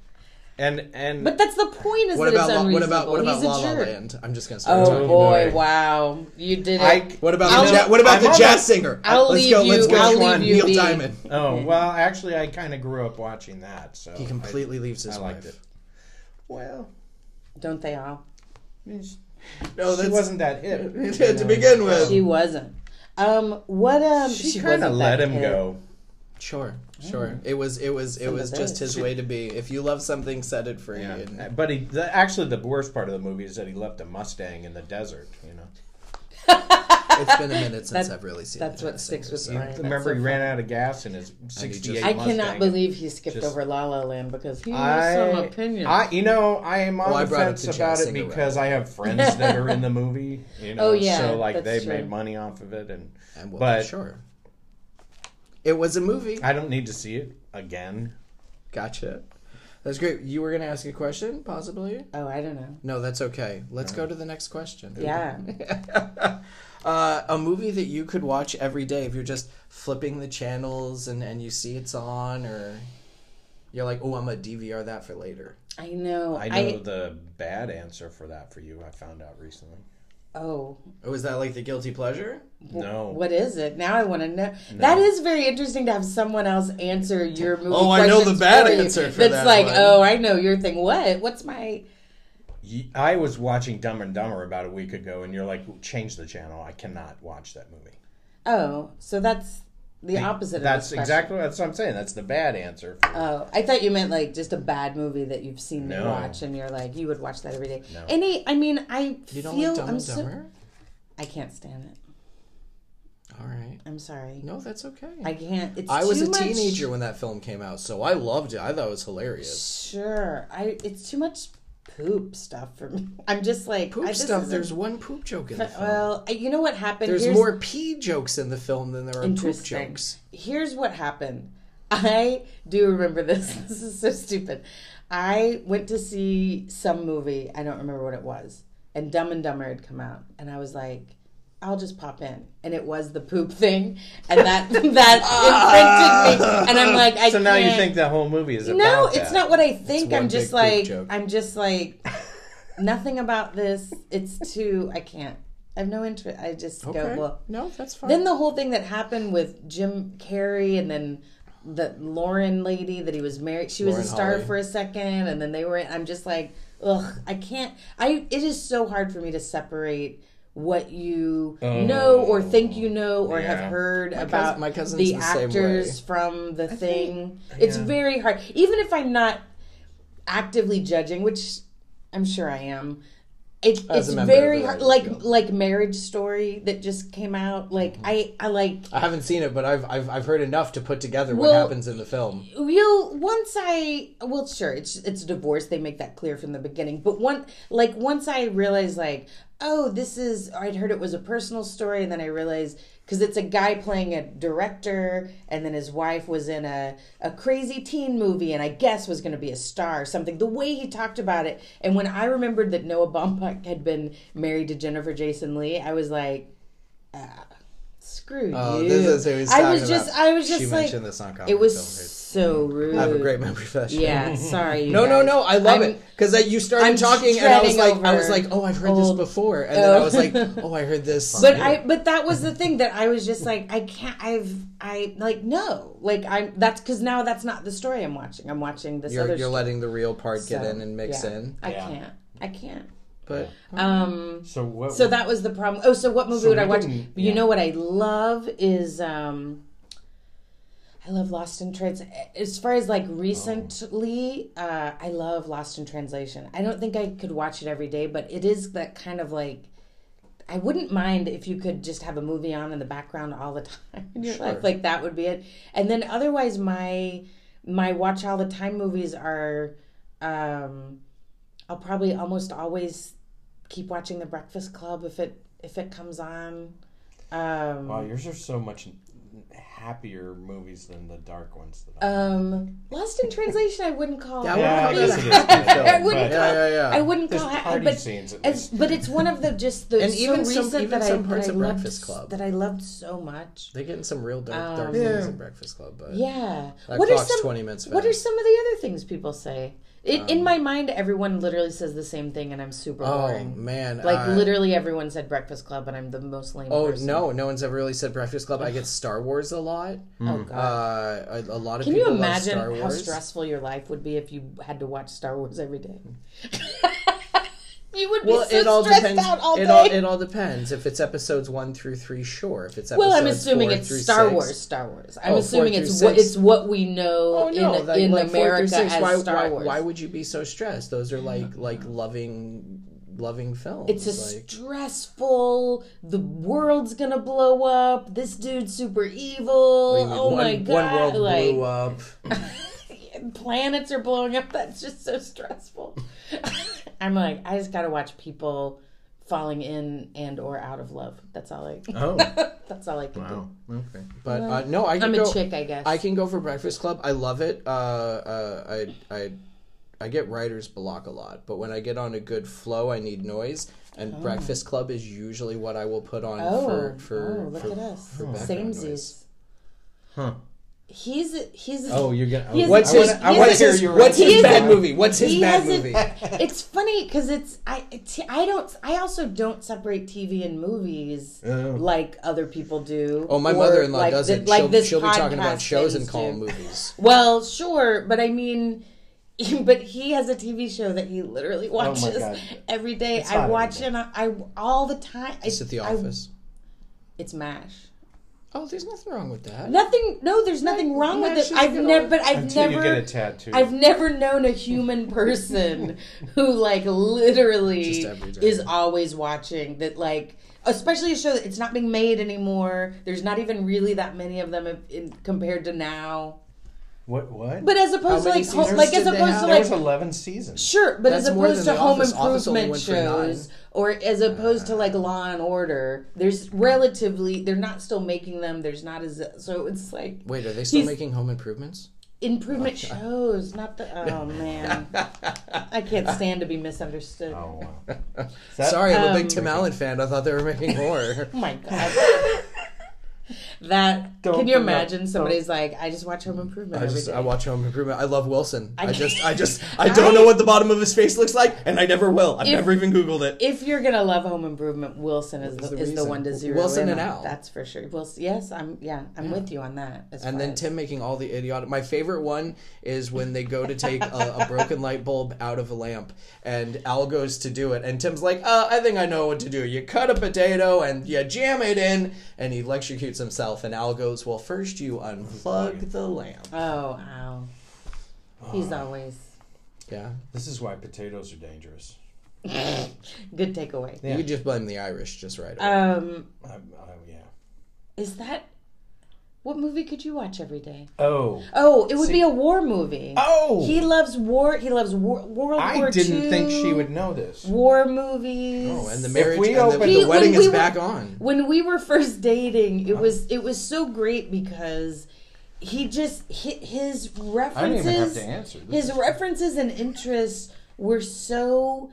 Speaker 6: and and
Speaker 8: but that's the point. Is
Speaker 7: What
Speaker 8: that
Speaker 7: about
Speaker 8: it's
Speaker 7: La,
Speaker 8: unreasonable.
Speaker 7: what about what about
Speaker 8: He's a
Speaker 7: La La
Speaker 8: jerk.
Speaker 7: Land? I'm just gonna start.
Speaker 8: Oh
Speaker 7: talking.
Speaker 8: boy!
Speaker 6: boy.
Speaker 8: Wow, you did it.
Speaker 6: I
Speaker 7: What about
Speaker 8: I'll-
Speaker 7: the ja- what about
Speaker 6: I'm
Speaker 7: the
Speaker 6: on
Speaker 7: jazz
Speaker 6: the-
Speaker 7: singer?
Speaker 8: I'll
Speaker 7: let's
Speaker 8: leave
Speaker 7: go.
Speaker 8: you-
Speaker 7: Let's go.
Speaker 8: I'll
Speaker 7: Which
Speaker 8: leave
Speaker 7: one?
Speaker 8: you
Speaker 7: Neil
Speaker 8: be.
Speaker 7: Diamond.
Speaker 6: oh well, actually, I kind of grew up watching that, so
Speaker 7: He completely leaves his
Speaker 6: I, I liked
Speaker 7: wife.
Speaker 6: it. Well,
Speaker 8: Don't they all?
Speaker 7: No,
Speaker 6: she wasn't that hip
Speaker 7: to begin with.
Speaker 8: She wasn't. Um, what? Um, she,
Speaker 6: She kind of
Speaker 8: wasn't
Speaker 6: let
Speaker 8: that
Speaker 6: him
Speaker 8: hip.
Speaker 6: go.
Speaker 7: Sure, sure. It was it was it was
Speaker 8: Oh. of
Speaker 7: just
Speaker 8: it.
Speaker 7: his way to be. If you love something, set it free. And
Speaker 6: Yeah. But he the, actually the worst part of the movie is that he left a Mustang in the desert. You know,
Speaker 7: it's been a minute since
Speaker 8: That-
Speaker 7: I've really seen.
Speaker 8: That's
Speaker 7: The
Speaker 8: what
Speaker 7: Jazz
Speaker 8: sticks
Speaker 7: Singer,
Speaker 8: with
Speaker 7: so-
Speaker 8: me. That's so
Speaker 6: remember he
Speaker 8: funny.
Speaker 6: ran out of gas in his '68
Speaker 8: I
Speaker 6: Mustang.
Speaker 8: cannot believe he skipped
Speaker 6: Just-
Speaker 8: over La La Land because he
Speaker 6: I,
Speaker 8: has some opinion.
Speaker 6: I, you know, I am on
Speaker 7: Well, Oh, I
Speaker 6: the
Speaker 7: brought up
Speaker 6: fence
Speaker 7: the
Speaker 6: about
Speaker 7: jazz
Speaker 6: it
Speaker 7: singer
Speaker 6: because I have friends that are in the movie. You know,
Speaker 8: Oh, yeah,
Speaker 6: so like
Speaker 8: that's
Speaker 6: they've
Speaker 8: true.
Speaker 6: made money off of it, and
Speaker 7: And well,
Speaker 6: but
Speaker 7: sure, it was a movie.
Speaker 6: I don't need to see it again.
Speaker 7: Gotcha. That's great. You were gonna ask a question, possibly?
Speaker 8: oh, I don't know.
Speaker 7: No, that's okay. Let's go to the next question.
Speaker 8: Yeah,
Speaker 7: Uh, a movie that you could watch every day if you're just flipping the channels and, and you see it's on, or you're like, oh, I'm gonna DVR that for later.
Speaker 8: I know.
Speaker 6: I
Speaker 8: I,
Speaker 6: know the bad answer for that for you. I found out recently.
Speaker 8: oh,
Speaker 7: Oh, is that like the guilty pleasure?
Speaker 6: No,
Speaker 8: what is it? Now I want to know. That is very interesting to have someone else answer your movie.
Speaker 7: Oh, I know the
Speaker 8: questions
Speaker 7: bad
Speaker 8: for you.
Speaker 7: answer for
Speaker 8: That's
Speaker 7: that
Speaker 8: like,
Speaker 7: one.
Speaker 8: oh, I know your thing. What? What's my?
Speaker 6: Y- I was watching Dumb and Dumber about a week ago, and you're like, change the channel. I cannot watch that movie.
Speaker 8: Oh, so that's the opposite.
Speaker 6: That's
Speaker 8: of a special.
Speaker 6: exactly that's what I'm saying. That's the bad answer. for-
Speaker 8: Oh, I thought you meant like just a bad movie that you've seen me
Speaker 6: No.
Speaker 8: watch, and you're like you would watch that every day. Any, I mean, I feel
Speaker 7: You don't like Dumb
Speaker 8: I'm
Speaker 7: and
Speaker 8: so-
Speaker 7: Dumber?
Speaker 8: I can't stand it.
Speaker 7: All right.
Speaker 8: I'm sorry.
Speaker 7: No, that's okay.
Speaker 8: I can't. It's
Speaker 7: I was
Speaker 8: too
Speaker 7: a
Speaker 8: much-
Speaker 7: teenager when that film came out, so I loved it. I thought it was hilarious.
Speaker 8: Sure, I. It's too much poop stuff for me. I'm just like I,
Speaker 7: Poop
Speaker 8: this
Speaker 7: stuff.
Speaker 8: isn't-
Speaker 7: There's one poop joke in the film.
Speaker 8: well, I- you know what happened.
Speaker 7: There's
Speaker 8: uh, Here's-
Speaker 7: more pee jokes in the film than there are poop
Speaker 8: Interesting.
Speaker 7: jokes.
Speaker 8: Here's what happened. I do remember this. This is so stupid. I went to see some movie. I don't remember what it was. And Dumb and Dumber had come out, and I was like, "I'll just pop in." And it was the poop thing, and that that imprinted me. And I'm like, "I
Speaker 6: so now you
Speaker 8: can't-
Speaker 6: think the whole movie is about
Speaker 8: no, it's
Speaker 6: that.
Speaker 8: not what I think.
Speaker 7: one
Speaker 8: I'm just
Speaker 7: big poop
Speaker 8: like
Speaker 7: joke.
Speaker 8: I'm just like nothing about this. It's too I can't. I have no interest. I just go well.
Speaker 7: no, that's fine.
Speaker 8: Then the whole thing that happened with Jim Carrey and then the Lauren lady that he was married. She was
Speaker 7: Lauren
Speaker 8: a star
Speaker 7: Holly.
Speaker 8: for a second, and then they were. I'm just like, ugh, I can't. I it is so hard for me to separate what you
Speaker 7: Oh.
Speaker 8: know or think you know or
Speaker 6: Yeah.
Speaker 8: have heard about
Speaker 7: my cousin's
Speaker 8: the,
Speaker 7: the same
Speaker 8: actors from the thing. it's very hard, even if I'm not actively judging, which I'm sure I am. It, it's
Speaker 7: As a member of
Speaker 8: very
Speaker 7: the
Speaker 8: hard,
Speaker 7: writers
Speaker 8: like
Speaker 7: guild. Mm-hmm.
Speaker 8: like Marriage Story that just came out. Like I I like
Speaker 7: I haven't seen it, but I've I've, I've heard enough to put together what
Speaker 8: Well,
Speaker 7: happens in the film.
Speaker 8: you once I well sure it's it's a divorce they make that clear from the beginning but one like once I realized like oh this is I'd heard it was a personal story and then I realized because it's a guy playing a director and then his wife was in a a crazy teen movie and I guess was going to be a star or something the way he talked about it and when I remembered that Noah Baumbach had been married to Jennifer Jason Lee I was like ah, screw
Speaker 7: Oh,
Speaker 8: you
Speaker 7: this is who he's
Speaker 8: I was
Speaker 7: talking
Speaker 8: just
Speaker 7: about.
Speaker 8: I was just
Speaker 7: she
Speaker 8: like
Speaker 7: mentioned this on
Speaker 8: it was
Speaker 7: Comedy
Speaker 8: so rude.
Speaker 7: Film. I have a great memory for that. shit.
Speaker 8: Yeah, sorry. you
Speaker 7: No, no,
Speaker 8: guys.
Speaker 7: no! I love
Speaker 8: I'm-
Speaker 7: it because you started
Speaker 8: I'm
Speaker 7: talking, and I was
Speaker 8: treading
Speaker 7: like, I
Speaker 8: over
Speaker 7: was like, oh, I've heard
Speaker 8: old-
Speaker 7: this before, and then I
Speaker 8: Oh.
Speaker 7: was like, oh, I heard this.
Speaker 8: But I but that was the thing that I was just like I can't I've I like no like I'm that's because now that's not the story I'm watching I'm watching this
Speaker 7: you're
Speaker 8: other
Speaker 7: you're
Speaker 8: story.
Speaker 7: letting the real part get
Speaker 8: So,
Speaker 7: in and mix
Speaker 8: yeah.
Speaker 7: in.
Speaker 8: I
Speaker 6: Yeah.
Speaker 8: can't I can't
Speaker 7: But
Speaker 8: um
Speaker 6: So what?
Speaker 8: so that was the problem oh so what movie
Speaker 6: So
Speaker 8: would I
Speaker 6: we
Speaker 8: watch
Speaker 6: didn't-
Speaker 8: you know what I love is um I love Lost in Trans as far as like recently uh I love Lost in Translation I don't think I could watch it every day but it is that kind of like I wouldn't mind if you could just have a movie on in the background all the time in your life. Like that would be it. And then otherwise my my watch all the time movies are um I'll probably almost always keep watching The Breakfast Club if it if it comes on. Um
Speaker 6: wow, yours are so much happier movies than the dark ones. That I-
Speaker 8: um Lost in Translation I wouldn't call
Speaker 7: Yeah, I
Speaker 6: yeah, I
Speaker 7: wouldn't
Speaker 6: guess it
Speaker 7: call that
Speaker 6: is.
Speaker 7: a happy
Speaker 6: good,
Speaker 8: I
Speaker 7: film.
Speaker 8: wouldn't
Speaker 6: but-
Speaker 8: call,
Speaker 7: Yeah, yeah, yeah.
Speaker 8: I wouldn't
Speaker 6: There's
Speaker 8: call ha-
Speaker 6: party
Speaker 8: but,
Speaker 6: scenes, at
Speaker 8: as-
Speaker 6: least.
Speaker 8: but it's one of the just the
Speaker 7: And
Speaker 8: so
Speaker 7: even some-
Speaker 8: recent
Speaker 7: even
Speaker 8: that
Speaker 7: some
Speaker 8: I,
Speaker 7: parts
Speaker 8: that I
Speaker 7: of
Speaker 8: loved
Speaker 7: Breakfast
Speaker 8: s-
Speaker 7: Club.
Speaker 8: that I loved so much.
Speaker 7: They get in some real dark, dark
Speaker 8: Um,
Speaker 7: things in Breakfast Club, but
Speaker 8: Yeah.
Speaker 7: That
Speaker 8: what are
Speaker 7: clock's
Speaker 8: some
Speaker 7: 20 minutes
Speaker 8: What are
Speaker 7: fast.
Speaker 8: some of the other things people say? It, in my mind, everyone literally says the same thing, and I'm super
Speaker 7: Um, oh
Speaker 8: boring.
Speaker 7: man,
Speaker 8: Like
Speaker 7: uh,
Speaker 8: literally, everyone said Breakfast Club, and I'm the most lame.
Speaker 7: Oh
Speaker 8: person.
Speaker 7: no, no one's ever really said Breakfast Club. I get Star Wars a lot.
Speaker 8: Oh god!
Speaker 7: Uh, a, a lot of
Speaker 8: Can you
Speaker 7: people
Speaker 8: imagine
Speaker 7: love Star
Speaker 8: how
Speaker 7: Wars.
Speaker 8: stressful your life would be if you had to watch Star Wars every day? you would be
Speaker 7: well,
Speaker 8: so
Speaker 7: it all
Speaker 8: stressed
Speaker 7: depends.
Speaker 8: out all day.
Speaker 7: it all it all depends. If it's episodes one through three, sure. If it's episodes
Speaker 8: well, I'm assuming
Speaker 7: four
Speaker 8: it's
Speaker 7: through
Speaker 8: Star
Speaker 7: six-
Speaker 8: Wars. Star Wars. I'm
Speaker 7: Oh, four
Speaker 8: assuming
Speaker 7: through
Speaker 8: it's what
Speaker 7: six.
Speaker 8: it's what we know
Speaker 7: Oh no!
Speaker 8: in,
Speaker 7: like,
Speaker 8: in
Speaker 7: like four through
Speaker 8: America
Speaker 7: six,
Speaker 8: as
Speaker 7: why,
Speaker 8: Star
Speaker 7: why,
Speaker 8: Wars.
Speaker 7: Why would you be so stressed? Those are like like loving, loving films.
Speaker 8: It's a
Speaker 7: like,
Speaker 8: stressful. The world's gonna blow up. This dude's super evil. oh
Speaker 7: one-
Speaker 8: my
Speaker 7: One
Speaker 8: god!
Speaker 7: world blew
Speaker 8: like
Speaker 7: up.
Speaker 8: planets are blowing up. That's just so stressful. I'm like, I just gotta watch people falling in and or out of love. That's all I.
Speaker 6: oh,
Speaker 8: That's all I can do.
Speaker 6: okay.
Speaker 7: But uh, no, I can
Speaker 8: I'm
Speaker 7: go,
Speaker 8: a chick, I guess.
Speaker 7: I can go for Breakfast Club. I love it. Uh, uh, I I I get writer's block a lot, but when I get on a good flow, I need noise. And Breakfast Club is usually what I will put on
Speaker 8: oh,
Speaker 7: for for.
Speaker 8: oh, look
Speaker 7: for-
Speaker 8: at us,
Speaker 7: background
Speaker 8: samesies.
Speaker 7: noise.
Speaker 6: Huh.
Speaker 8: He's a, he's. a-
Speaker 6: Oh, you're gonna.
Speaker 8: He is-
Speaker 7: What's
Speaker 6: I wanna-
Speaker 7: his?
Speaker 6: I want to
Speaker 7: what's
Speaker 6: hear
Speaker 7: his,
Speaker 6: your.
Speaker 7: what's
Speaker 6: answer.
Speaker 7: his
Speaker 8: He
Speaker 7: bad
Speaker 8: hasn't-
Speaker 7: movie? What's his
Speaker 8: he
Speaker 7: bad
Speaker 8: hasn't-
Speaker 7: movie?
Speaker 8: it's funny because it's I t- I don't I also don't separate TV and movies like other people do.
Speaker 7: Oh, my
Speaker 8: or
Speaker 7: mother-in-law
Speaker 8: like
Speaker 7: doesn't.
Speaker 8: thi- like
Speaker 7: she'll,
Speaker 8: this
Speaker 7: she'll be talking
Speaker 8: podcast
Speaker 7: about shows
Speaker 8: things
Speaker 7: and call
Speaker 8: do.
Speaker 7: them movies.
Speaker 8: Well, sure, but I mean, but he has a TV show that he literally watches
Speaker 6: Oh God.
Speaker 8: every day.
Speaker 6: not
Speaker 8: I
Speaker 6: every
Speaker 8: watch
Speaker 6: day.
Speaker 8: it. on- I all the time.
Speaker 7: It's at the office.
Speaker 8: it's Mash.
Speaker 7: Oh, there's nothing wrong with that.
Speaker 8: Nothing. No, there's nothing wrong with it. I've never, but I've
Speaker 6: Until
Speaker 8: never.
Speaker 6: you get a tattoo.
Speaker 8: I've never known a human person who like literally
Speaker 7: Just every day.
Speaker 8: is always watching that like especially a show that it's not being made anymore. There's not even really that many of them if- in, compared to now.
Speaker 6: What? What?
Speaker 8: But as
Speaker 7: How
Speaker 8: opposed to
Speaker 7: many
Speaker 8: like ho-
Speaker 7: seasons
Speaker 8: like as
Speaker 7: did they
Speaker 8: opposed
Speaker 7: have?
Speaker 8: to
Speaker 6: there was
Speaker 8: like
Speaker 6: eleven seasons.
Speaker 8: sure, but as
Speaker 7: That's more
Speaker 8: opposed to
Speaker 7: than The
Speaker 8: home
Speaker 7: Office. Office only
Speaker 8: improvement
Speaker 7: went for nine. Uh,
Speaker 8: shows or as opposed to like Law and Order, there's relatively they're not still making them. There's not as so it's like
Speaker 7: Wait, are they still
Speaker 8: He's-
Speaker 7: making home improvements?
Speaker 8: improvement shows, not the oh man. I can't stand to be misunderstood. Oh,
Speaker 6: Oh, wow. Is that-
Speaker 7: Sorry, I'm a
Speaker 8: Um,
Speaker 7: big Tim Allen fan. I thought they were making more.
Speaker 8: Oh my god. that
Speaker 6: Don't
Speaker 8: can you
Speaker 6: bring up-
Speaker 8: imagine somebody's like, I just watch home improvement
Speaker 7: I
Speaker 8: every
Speaker 7: just
Speaker 8: day.
Speaker 7: I watch Home Improvement. I love Wilson. I,
Speaker 8: I-
Speaker 7: just I just I don't know what the bottom of his face looks like, and I never will. I've
Speaker 8: If-
Speaker 7: never even googled it.
Speaker 8: if you're gonna love Home Improvement, Wilson is the,
Speaker 7: the
Speaker 8: is the
Speaker 7: reason.
Speaker 8: one to zero.
Speaker 7: Wilson
Speaker 8: in
Speaker 7: and
Speaker 8: on.
Speaker 7: Al.
Speaker 8: That's for sure. Wilson, yes, I'm. Yeah, I'm with you on that. as
Speaker 7: And
Speaker 8: far
Speaker 7: then
Speaker 8: as-
Speaker 7: Tim making all the idiotic. My favorite one is when they go to take a, a broken light bulb out of a lamp, and Al goes to do it, and Tim's like, uh, "I think I know what to do. You cut a potato and you jam it in," and he electrocutes himself. And Al goes, "Well, first you unplug the lamp."
Speaker 8: Oh, Al. He's always
Speaker 7: Yeah,
Speaker 6: This is why potatoes are dangerous.
Speaker 8: good takeaway.
Speaker 6: Yeah.
Speaker 7: you just blame the Irish just right away.
Speaker 8: Um,
Speaker 6: I, I, yeah.
Speaker 8: is that what movie could you watch every day?
Speaker 6: Oh,
Speaker 8: Oh, it would be a war movie.
Speaker 6: Oh!
Speaker 8: he loves war. He loves war, World War
Speaker 6: I didn't
Speaker 8: II,
Speaker 6: think she would know this.
Speaker 8: war movies.
Speaker 7: oh, and the marriage,
Speaker 6: we
Speaker 7: and the,
Speaker 6: open-
Speaker 7: the
Speaker 6: He-
Speaker 7: wedding
Speaker 8: when
Speaker 7: is
Speaker 8: we were-
Speaker 7: back on.
Speaker 8: when we were first dating,
Speaker 6: Oh.
Speaker 8: it was it was so great because he just hit his
Speaker 6: I
Speaker 8: references.
Speaker 6: didn't even have to answer. This
Speaker 8: His references and interests were so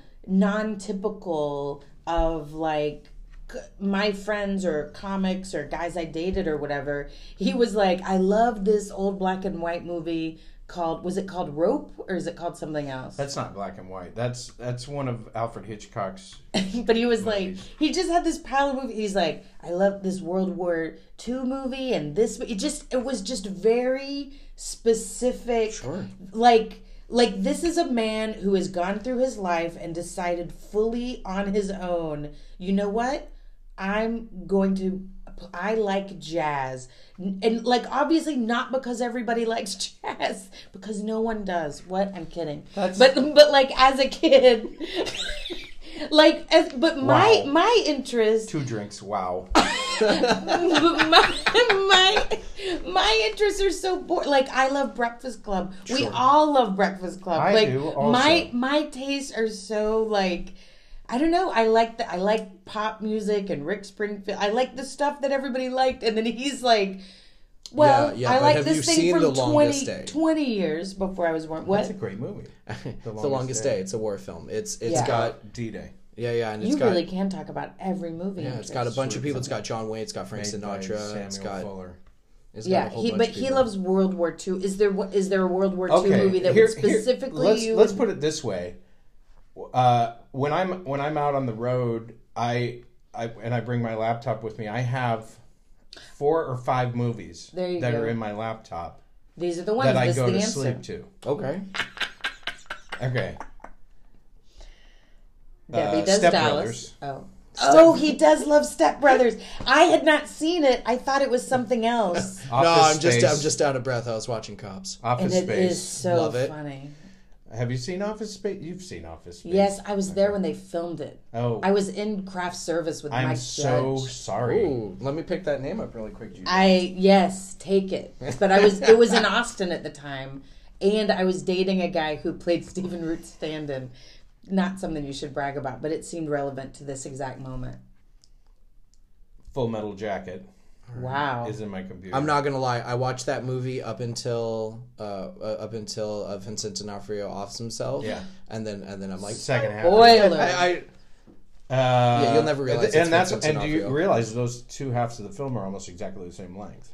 Speaker 8: non-typical of like c- my friends or comics or guys I dated or whatever. He was like, I love this old black and white movie called was it called Rope or is it called something else?
Speaker 6: That's not black and white. That's that's one of Alfred Hitchcock's.
Speaker 8: but he was like, he just had this pile of movies. He's like, I love this World War II movie and this. It just, it was just very specific.
Speaker 7: Sure.
Speaker 8: Like, like this is a man who has gone through his life and decided fully on his own. You know what? I'm going to. I like jazz, and like obviously not because everybody likes jazz, because no one does. What I'm kidding, but but like as a kid, like as but my
Speaker 6: Wow.
Speaker 8: my interest
Speaker 6: Two drinks. Wow.
Speaker 8: but my my my interests are so bored. Like I love Breakfast Club. We all love Breakfast Club.
Speaker 6: I
Speaker 8: like
Speaker 6: do also.
Speaker 8: my my tastes are so like I don't know. I like the I like pop music and Rick Springfield. I like the stuff that everybody liked, and then he's like. Well,
Speaker 7: Yeah, yeah,
Speaker 8: I
Speaker 7: but
Speaker 8: like
Speaker 7: have you
Speaker 8: this
Speaker 7: seen
Speaker 8: thing from
Speaker 7: The
Speaker 8: 20,
Speaker 7: Longest Day?
Speaker 8: 20 years before I was born.
Speaker 6: That's a
Speaker 8: What?
Speaker 6: great movie.
Speaker 7: The longest, day. It's a war film. It's it's
Speaker 8: Yeah.
Speaker 7: got
Speaker 6: D Day.
Speaker 7: yeah yeah, and it's
Speaker 8: You
Speaker 7: got
Speaker 8: really can talk about every movie.
Speaker 7: yeah, it's got a
Speaker 8: interest.
Speaker 7: bunch of people. It's got John Wayne. It's got Frank Sinatra. It's got
Speaker 6: Fuller.
Speaker 7: it's got
Speaker 8: Yeah,
Speaker 7: a whole
Speaker 8: he,
Speaker 7: bunch
Speaker 8: but
Speaker 7: of
Speaker 8: he
Speaker 7: people.
Speaker 8: loves World War II. Is there wha- is there a World War II movie that would specifically
Speaker 6: let's,
Speaker 8: you
Speaker 6: let's put it this way. Uh, when I'm when I'm out on the road, I I and I bring my laptop with me. I have four or five movies
Speaker 8: There you
Speaker 6: that
Speaker 8: go.
Speaker 6: are in my laptop
Speaker 8: These are the ones.
Speaker 6: that I
Speaker 8: this
Speaker 6: go
Speaker 8: is
Speaker 6: to
Speaker 8: the
Speaker 6: sleep
Speaker 8: answer.
Speaker 6: to.
Speaker 7: okay.
Speaker 6: Okay.
Speaker 8: Debbie
Speaker 6: Uh,
Speaker 8: does
Speaker 6: Step
Speaker 8: Dallas.
Speaker 6: Brothers.
Speaker 8: Oh. Oh, he does love Step Brothers. I had not seen it. I thought it was something else.
Speaker 7: No,
Speaker 6: Office
Speaker 7: I'm just
Speaker 6: Space.
Speaker 7: I'm just out of breath. I was watching Cops.
Speaker 8: and
Speaker 6: Office
Speaker 8: it
Speaker 6: Space.
Speaker 8: is so
Speaker 7: Love it.
Speaker 8: funny.
Speaker 6: Have you seen Office Space? You've seen Office Space.
Speaker 8: Yes, I was there when they filmed it.
Speaker 6: Oh,
Speaker 8: I was in craft service with
Speaker 6: I'm
Speaker 8: Mike
Speaker 6: so
Speaker 8: Judge.
Speaker 6: sorry.
Speaker 7: Ooh, let me pick that name up really quick. Judy.
Speaker 8: I yes, take it. But I was it was in Austin at the time, and I was dating a guy who played Stephen Root Standen. Not something you should brag about, but it seemed relevant to this exact moment.
Speaker 6: Full Metal Jacket
Speaker 8: Wow.
Speaker 6: is in my computer.
Speaker 7: I'm not gonna lie. I watched that movie up until uh, uh up until uh, Vincent D'Onofrio offs himself.
Speaker 6: Yeah.
Speaker 7: and then and then I'm like,
Speaker 6: second half.
Speaker 8: Spoiler.
Speaker 7: I, I
Speaker 6: Uh,
Speaker 7: Yeah, you'll never realize
Speaker 6: And,
Speaker 7: it's
Speaker 6: that's
Speaker 7: Vincent
Speaker 6: and do you
Speaker 7: D'Onofrio.
Speaker 6: realize those two halves of the film are almost exactly the same length?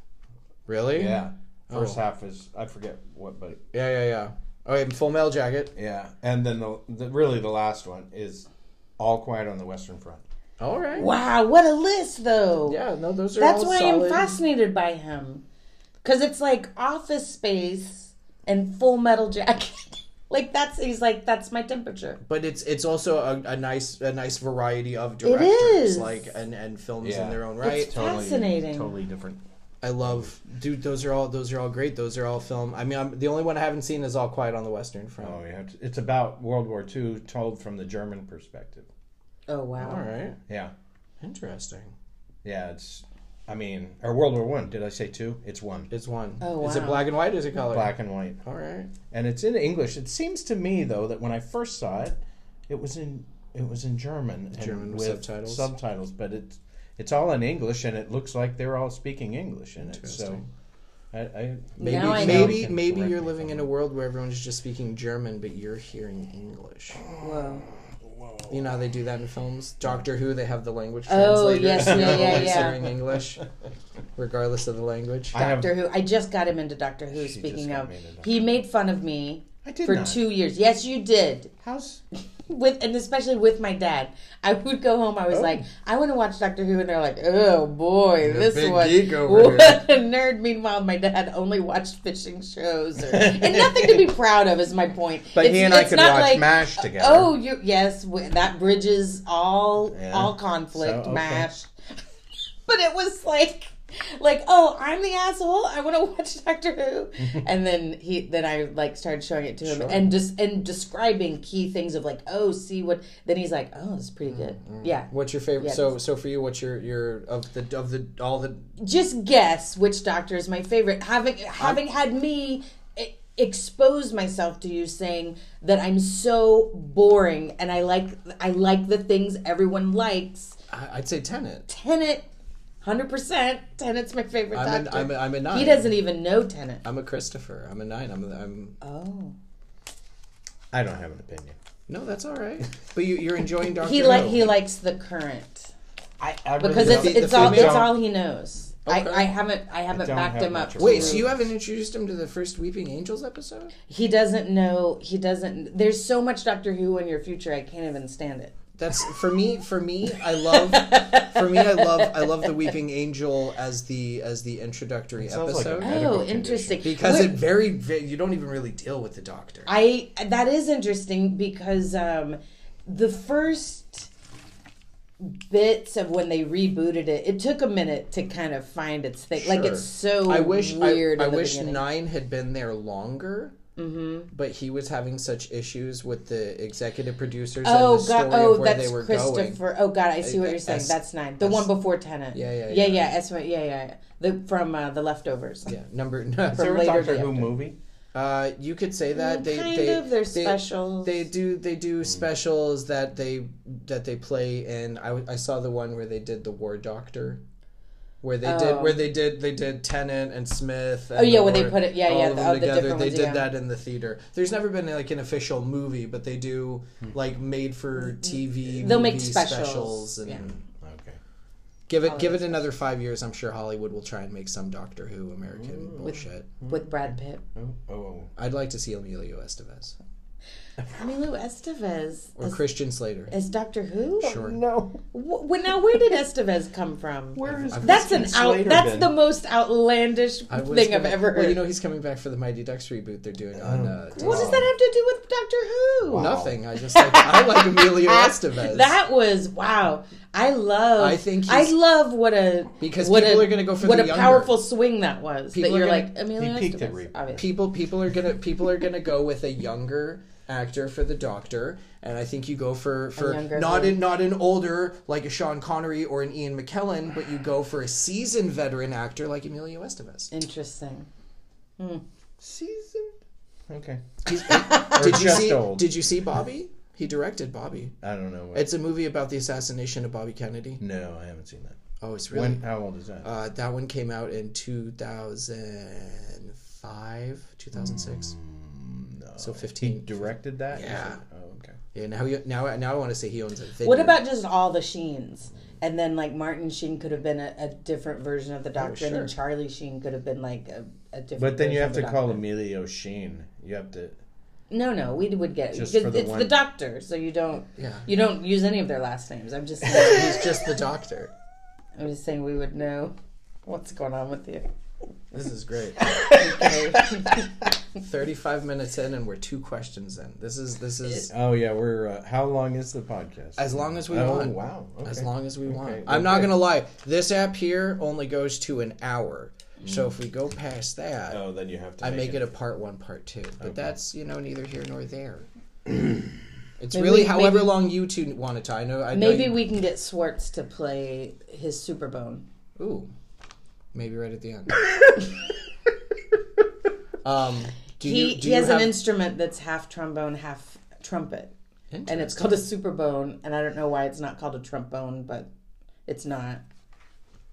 Speaker 7: really?
Speaker 6: Yeah. First
Speaker 7: Oh.
Speaker 6: half is I forget what, but
Speaker 7: yeah, yeah, yeah. Oh, and Full Metal Jacket.
Speaker 6: yeah, and then the, the really the last one is All Quiet on the Western Front.
Speaker 7: All right.
Speaker 8: wow, what a list though.
Speaker 7: Yeah, no, those are
Speaker 8: That's
Speaker 7: all
Speaker 8: why
Speaker 7: solid.
Speaker 8: I'm fascinated by him. Cause it's like office space and full metal jacket. like that's he's like, that's my temperature.
Speaker 7: but it's it's also a, a nice a nice variety of directors
Speaker 8: is.
Speaker 7: like and and films
Speaker 6: Yeah.
Speaker 7: in their own right
Speaker 8: It's Fascinating.
Speaker 6: Totally different.
Speaker 7: I love, dude. Those are all those are all great. Those are all film. I mean, I'm, the only one I haven't seen is All Quiet on the Western Front.
Speaker 6: Oh, you have to, it's about World War II told from the German perspective.
Speaker 8: Oh wow.
Speaker 7: All right,
Speaker 6: Yeah,
Speaker 7: interesting.
Speaker 6: yeah. It's, I mean, or World War One. Did I say two? It's one.
Speaker 7: It's one.
Speaker 8: Oh,
Speaker 7: Is it
Speaker 8: wow.
Speaker 7: black and white? Is it color?
Speaker 6: Black and white,
Speaker 7: All right.
Speaker 6: and it's in English. It seems to me though that when I first saw it, it was in it was in German, and
Speaker 7: German with subtitles.
Speaker 6: subtitles, but it's it's all in English, and it looks like they're all speaking English in it. So,
Speaker 7: Interesting.
Speaker 6: I, I
Speaker 7: Maybe
Speaker 8: Now I know.
Speaker 7: maybe
Speaker 6: Can
Speaker 7: maybe
Speaker 6: correct
Speaker 7: you're
Speaker 6: me
Speaker 7: living
Speaker 6: if
Speaker 7: in a world where everyone's just speaking German, but you're hearing English.
Speaker 8: Whoa.
Speaker 7: You know how they do that in films. Doctor Who, they have the language
Speaker 8: Oh,
Speaker 7: translators.
Speaker 8: yes,
Speaker 7: and
Speaker 8: yeah,
Speaker 7: they're
Speaker 8: yeah,
Speaker 7: always
Speaker 8: yeah.
Speaker 7: hearing English, regardless of the language.
Speaker 6: I have
Speaker 8: Doctor Who. I just got him into Doctor Who.
Speaker 6: She just
Speaker 8: speaking
Speaker 6: got
Speaker 8: of,
Speaker 6: me into Doctor
Speaker 8: he made fun of me
Speaker 6: I did
Speaker 8: for
Speaker 6: not.
Speaker 8: two years. Yes, you did.
Speaker 6: How's
Speaker 8: With and especially with my dad, I would go home. I
Speaker 6: Oh.
Speaker 8: was like, I want to watch Doctor Who, and they're like, Oh boy, this
Speaker 7: big
Speaker 8: one,
Speaker 7: geek over
Speaker 8: what a nerd. Meanwhile, my dad only watched fishing shows, or, and nothing to be proud of is my point.
Speaker 6: But he
Speaker 8: It's-
Speaker 6: and I
Speaker 8: it's
Speaker 6: could
Speaker 8: not
Speaker 6: watch
Speaker 8: like,
Speaker 6: MASH together.
Speaker 8: Oh, you yes, w- that bridges all
Speaker 6: Yeah.
Speaker 8: all
Speaker 7: Oh,
Speaker 8: conflict,
Speaker 6: So, okay.
Speaker 8: mash. but it was like like oh i'm the asshole i want to watch doctor who and then he then i like started showing it to him and just and describing key things of like oh see what then he's like oh it's pretty good
Speaker 7: Mm-hmm.
Speaker 8: yeah
Speaker 7: What's your favorite?
Speaker 8: Yeah.
Speaker 7: So so for you, what's your your of the of the all the
Speaker 8: just guess which doctor is my favorite having having had me e- expose myself to you saying that i'm so boring and i like i like the things everyone likes
Speaker 7: I- I'd say Tenet.
Speaker 8: tenet 100% tenet's my favorite
Speaker 7: I'm a,
Speaker 8: doctor
Speaker 7: I'm a, I'm a nine.
Speaker 8: he doesn't even know tenet
Speaker 7: I'm a Christopher. I'm a nine. I'm a, I'm
Speaker 8: oh
Speaker 6: I don't have an opinion.
Speaker 7: no. That's all right. But you you're enjoying Doctor
Speaker 8: he like
Speaker 7: Who.
Speaker 8: he likes the current
Speaker 6: I, I
Speaker 8: because
Speaker 6: really
Speaker 8: it's
Speaker 6: don't-
Speaker 7: fe- the
Speaker 8: it's all
Speaker 7: female-
Speaker 8: it's all he knows.
Speaker 7: Okay.
Speaker 8: I, I haven't I haven't
Speaker 6: don't
Speaker 8: backed
Speaker 6: have
Speaker 8: him up.
Speaker 6: much of a
Speaker 7: Wait,
Speaker 6: Wait,
Speaker 7: so you haven't introduced him to the first Weeping Angels episode?
Speaker 8: he doesn't know. He doesn't. There's so much Doctor Who in your future. I can't even stand it.
Speaker 7: That's for me. For me, I love. for me, I love. I love the Weeping Angel as the as the introductory
Speaker 6: sounds like a
Speaker 7: episode
Speaker 6: medical
Speaker 8: Oh,
Speaker 6: condition.
Speaker 8: interesting.
Speaker 7: because
Speaker 8: Wait,
Speaker 7: it very, very you don't even really deal with the Doctor.
Speaker 8: I that is interesting because um, the first bits of when they rebooted it, it took a minute to kind of find its thing. Like
Speaker 7: Sure.
Speaker 8: it's so
Speaker 7: I wish
Speaker 8: weird.
Speaker 7: I, I
Speaker 8: in the
Speaker 7: wish
Speaker 8: beginning. Mm-hmm.
Speaker 7: Nine had been there longer. But he was having such issues with the executive producers
Speaker 8: Oh
Speaker 7: and the
Speaker 8: god!
Speaker 7: story
Speaker 8: Oh,
Speaker 7: of where
Speaker 8: that's
Speaker 7: they were going.
Speaker 8: Christopher. Oh god, I see what
Speaker 7: I-
Speaker 8: you're saying.
Speaker 7: S-
Speaker 8: that's nine. The one before Tenet.
Speaker 7: Yeah, yeah,
Speaker 8: yeah,
Speaker 7: yeah.
Speaker 8: yeah. That's what. Yeah, yeah. yeah. The from uh, the leftovers.
Speaker 7: Yeah, number. No,
Speaker 6: Is there a
Speaker 8: later
Speaker 6: Doctor
Speaker 8: to
Speaker 6: Who
Speaker 8: after.
Speaker 6: movie?
Speaker 7: Uh, you could say that they
Speaker 8: Mm, kind
Speaker 7: they,
Speaker 8: of. They're
Speaker 7: they-
Speaker 8: specials.
Speaker 7: They do they do specials that they that they play in. I, w- I saw the one where they did the War Doctor, where they did
Speaker 8: Oh.
Speaker 7: where they did they did Tennant and Smith. And
Speaker 8: Oh, yeah,
Speaker 7: the
Speaker 8: where they
Speaker 7: War-
Speaker 8: put it- yeah,
Speaker 7: all
Speaker 8: yeah,
Speaker 7: of
Speaker 8: the-
Speaker 7: them
Speaker 8: all the
Speaker 7: together.
Speaker 8: different
Speaker 7: they
Speaker 8: ones,
Speaker 7: did
Speaker 8: yeah.
Speaker 7: that in the theater. There's never been like an official movie, but they do like made for TV.
Speaker 8: They'll make
Speaker 7: movie
Speaker 8: specials,
Speaker 7: and.
Speaker 8: yeah.
Speaker 6: Okay.
Speaker 7: Give it, give it another five years. I'm sure Hollywood will try and make some Doctor Who American bullshit.
Speaker 8: with Brad Pitt.
Speaker 6: Oh, oh, oh.
Speaker 7: I'd like to see Emilio Estevez
Speaker 8: Emilio Estevez
Speaker 7: or
Speaker 8: as,
Speaker 7: Christian Slater.
Speaker 8: as Doctor Who.
Speaker 7: Sure.
Speaker 6: No.
Speaker 8: Wh- wh- now, where did Estevez come from?
Speaker 6: Where is
Speaker 8: That's an
Speaker 6: Christian
Speaker 8: out.
Speaker 6: Slater
Speaker 8: That's
Speaker 6: been?
Speaker 8: the most outlandish thing
Speaker 7: I was
Speaker 8: I've
Speaker 7: gonna-
Speaker 8: ever heard.
Speaker 7: Well, you know, he's coming back for the Mighty Ducks reboot they're doing on uh,
Speaker 8: what does that have to do with Doctor Who?
Speaker 6: Oh, Wow.
Speaker 7: Nothing. I just like I like Emilio Estevez
Speaker 8: That was wow. I love.
Speaker 7: I think
Speaker 8: I
Speaker 7: he's-
Speaker 8: love what a
Speaker 7: Because
Speaker 8: what
Speaker 7: people
Speaker 8: a,
Speaker 7: are gonna go for
Speaker 8: what
Speaker 7: the
Speaker 8: a
Speaker 7: younger.
Speaker 8: powerful swing that was.
Speaker 7: People
Speaker 8: that
Speaker 7: are
Speaker 8: you're
Speaker 7: gonna-
Speaker 8: like Emilio
Speaker 6: he peaked at
Speaker 8: Estevez.
Speaker 6: re-
Speaker 8: obviously.
Speaker 7: people people are gonna people are gonna go with a younger actor for the Doctor, and I think you go for for
Speaker 8: younger
Speaker 7: not
Speaker 8: who-
Speaker 7: an not an older like a Sean Connery or an Ian McKellen, but you go for a seasoned veteran actor like Emilio Estevez.
Speaker 8: Interesting.
Speaker 6: season? Okay.
Speaker 7: Did you
Speaker 6: just
Speaker 7: see?
Speaker 6: old.
Speaker 7: Did you see Bobby? He directed Bobby.
Speaker 6: I don't know. What,
Speaker 7: It's a movie about the assassination of Bobby Kennedy.
Speaker 6: no, I haven't seen that.
Speaker 7: Oh, it's really
Speaker 6: When? How old is that?
Speaker 7: Uh, that one came out in 2005, 2006. So
Speaker 6: Hmm. Mm, he
Speaker 7: 15.
Speaker 6: directed that. You
Speaker 7: Yeah.
Speaker 6: said- Oh, okay.
Speaker 7: Yeah, now, you, now, now I want to say he owns a vineyard.
Speaker 8: What about just all the Sheens? And then like Martin Sheen could have been a, a different version of the Doctor, and
Speaker 7: Oh, sure.
Speaker 8: then Charlie Sheen could have been like a, a different.
Speaker 6: But then you
Speaker 8: version
Speaker 6: have
Speaker 8: of
Speaker 6: to
Speaker 8: the
Speaker 6: call
Speaker 8: Doctor.
Speaker 6: Emilio Sheen. You have to.
Speaker 8: No, no, we would get
Speaker 6: Just
Speaker 8: because
Speaker 6: for the
Speaker 8: it's
Speaker 6: one-
Speaker 8: the Doctor, so you don't.
Speaker 7: Yeah.
Speaker 8: You don't use any of their last names. I'm just saying,
Speaker 7: He's just the doctor.
Speaker 8: I'm just saying we would know what's going on with you.
Speaker 7: This is great.
Speaker 8: Okay.
Speaker 7: 35 minutes in and we're two questions in. This is, this is
Speaker 6: Oh yeah, we're. Uh, how long is the podcast?
Speaker 7: as long as we
Speaker 6: oh
Speaker 7: want.
Speaker 6: wow. Okay.
Speaker 7: As long as we want.
Speaker 6: Okay,
Speaker 7: I'm not
Speaker 6: okay.
Speaker 7: going to lie. This app here only goes to an hour. So if we go past that,
Speaker 6: Hmm. Oh, then you have to.
Speaker 7: I
Speaker 6: make
Speaker 7: make it a part one, part two. But that's you know neither here nor there. It's
Speaker 8: Maybe-
Speaker 7: really however
Speaker 8: maybe-
Speaker 7: long you two want to tie. I know. I know
Speaker 8: Maybe
Speaker 7: you-
Speaker 8: we can get Swartz to play his Superbone.
Speaker 7: Ooh, maybe right at the end. um, do
Speaker 8: he
Speaker 7: you do
Speaker 8: he
Speaker 7: you
Speaker 8: has
Speaker 7: have
Speaker 8: an instrument that's half trombone, half trumpet, and it's called a superbone. And I don't know why it's not called a trombone, but it's not.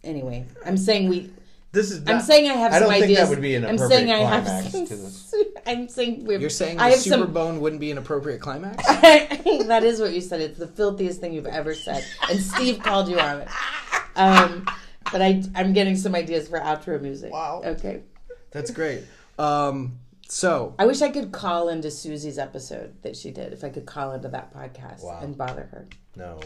Speaker 8: Anyway, I'm saying we.
Speaker 6: This is.
Speaker 8: I'm saying I have.
Speaker 6: I
Speaker 8: some
Speaker 6: don't think
Speaker 8: ideas.
Speaker 6: that would be an
Speaker 8: I'm
Speaker 6: appropriate
Speaker 8: saying I have
Speaker 6: climax
Speaker 8: some
Speaker 6: to this.
Speaker 8: su- I'm saying we're.
Speaker 7: You're saying
Speaker 8: I
Speaker 7: the
Speaker 8: have
Speaker 7: super
Speaker 8: some.
Speaker 7: bone wouldn't be an appropriate climax?
Speaker 8: that is what you said. It's the filthiest thing you've ever said, and Steve called you on it. Um, but I, I'm getting some ideas for outro music.
Speaker 6: Wow.
Speaker 8: Okay.
Speaker 7: That's great. Um, so
Speaker 8: I wish I could call into Susie's episode that she did. If I could call into that podcast and bother her.
Speaker 6: No.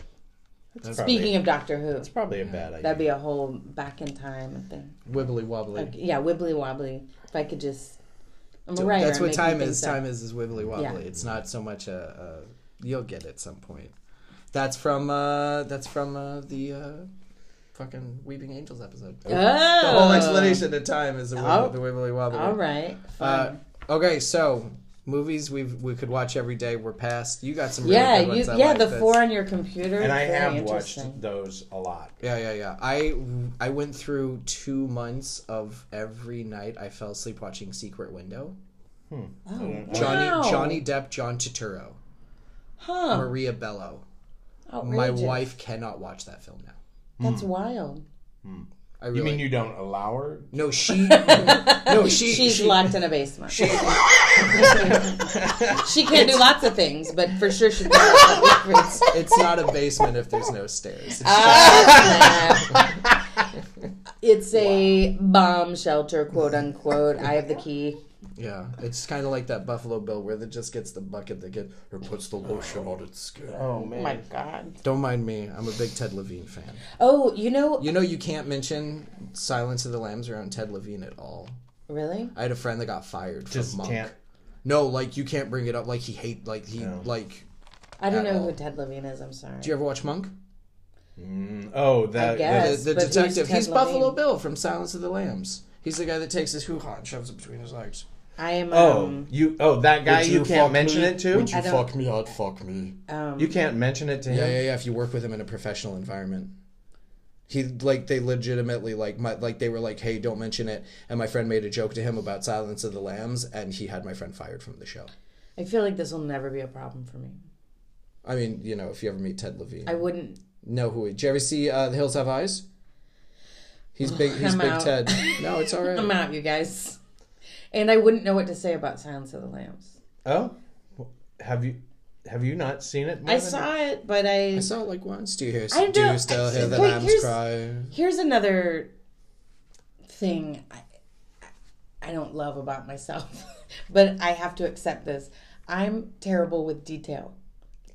Speaker 6: That's
Speaker 8: Speaking of Doctor Who,
Speaker 6: probably a bad idea.
Speaker 8: Mm, that'd be a whole back in time thing.
Speaker 7: wibbly wobbly.
Speaker 8: Yeah, wibbly wobbly. If I could just, I'm a
Speaker 7: So
Speaker 8: writer.
Speaker 7: That's
Speaker 8: I'm
Speaker 7: what
Speaker 8: making
Speaker 7: time
Speaker 8: things
Speaker 7: is.
Speaker 8: up.
Speaker 7: Time is is wibbly wobbly.
Speaker 8: Yeah.
Speaker 7: It's not so much a, a you'll get it at some point. That's from uh, that's from uh, the uh, fucking Weeping Angels episode. The
Speaker 8: Oh,
Speaker 7: whole explanation of time is the wibbly,
Speaker 8: Oh.
Speaker 7: the wibbly wobbly.
Speaker 8: All right. Fine.
Speaker 7: Uh, okay, so movies we we could watch every day. We're past. You got some. Really
Speaker 8: yeah,
Speaker 7: good
Speaker 8: you,
Speaker 7: ones I
Speaker 8: yeah,
Speaker 7: like.
Speaker 8: the
Speaker 7: That's-
Speaker 8: four on your computer.
Speaker 6: and I
Speaker 8: very
Speaker 6: have
Speaker 8: interesting.
Speaker 6: watched those a lot.
Speaker 7: Yeah, yeah, yeah. I I went through two months of every night I fell asleep watching Secret Window. Johnny
Speaker 8: Wow.
Speaker 7: Johnny Depp, John Turturro,
Speaker 8: Huh.
Speaker 7: Maria Bello. My
Speaker 8: outrageous.
Speaker 7: wife Mm. cannot watch that film now.
Speaker 8: That's wild.
Speaker 7: I really
Speaker 6: You mean you don't allow her?
Speaker 7: no she no she
Speaker 8: She's
Speaker 7: she,
Speaker 8: locked in a basement. She, can't do lots of things, but for sure she can. do lots of
Speaker 7: It's not a basement if there's no stairs. It's
Speaker 8: Ah. things. It's a bomb shelter, quote unquote. I have the key.
Speaker 7: Yeah, it's kind of like that Buffalo Bill where it just gets the bucket that get or puts the lotion on its skin.
Speaker 6: Oh man.
Speaker 8: My God.
Speaker 7: Don't mind me. I'm a big Ted Levine fan.
Speaker 8: Oh, you know,
Speaker 7: You know you can't mention Silence of the Lambs around Ted Levine at all.
Speaker 8: really?
Speaker 7: I had a friend that got fired from
Speaker 6: Just
Speaker 7: Monk.
Speaker 6: can't.
Speaker 7: No, like you can't bring it up. Like he hate. Like he like.
Speaker 8: I don't
Speaker 7: At
Speaker 8: know
Speaker 7: all.
Speaker 8: who Ted Levine is. I'm sorry.
Speaker 7: Do you ever watch Monk?
Speaker 6: Oh, that.
Speaker 8: guess. Yes,
Speaker 6: that-
Speaker 7: The, the
Speaker 8: but who's
Speaker 7: detective.
Speaker 8: Ted
Speaker 7: He's Buffalo
Speaker 8: Levine?
Speaker 7: Bill from Silence of the Lambs. He's the guy that takes his hoo ha and shoves it between his legs.
Speaker 8: I am.
Speaker 6: oh,
Speaker 8: Um,
Speaker 6: you. Oh, that guy.
Speaker 7: Would
Speaker 6: You,
Speaker 7: fuck
Speaker 6: can't mention
Speaker 7: me?
Speaker 6: it to.
Speaker 7: Would you
Speaker 8: I don't-
Speaker 7: fuck me? I'd fuck me.
Speaker 8: um,
Speaker 6: You can't mention it to
Speaker 7: Yeah,
Speaker 6: him.
Speaker 7: yeah, yeah. If you work with him in a professional environment, he like they legitimately like my like they were like, hey, don't mention it. And my friend made a joke to him about Silence of the Lambs, and he had my friend fired from the show.
Speaker 8: I feel like this will never be a problem for me.
Speaker 7: I mean, you know, if you ever meet Ted Levine,
Speaker 8: I wouldn't.
Speaker 7: know who. He, did you ever see uh, The Hills Have Eyes? He's big. He's
Speaker 8: I'm
Speaker 7: big
Speaker 8: out.
Speaker 7: Ted. No, it's all
Speaker 8: I'm
Speaker 7: right.
Speaker 8: out, you guys. And I wouldn't know what to say about Silence of the Lambs.
Speaker 6: Oh, have you? Have you not seen it? more
Speaker 8: I
Speaker 6: than-
Speaker 8: saw it, but I.
Speaker 7: I saw it like once. Do you hear?
Speaker 8: I
Speaker 7: do you
Speaker 8: don't-
Speaker 7: still hear the
Speaker 8: wait,
Speaker 7: lambs
Speaker 8: here's-
Speaker 7: cry?
Speaker 8: Here's another thing I, I don't love about myself, but I have to accept this. I'm terrible with detail.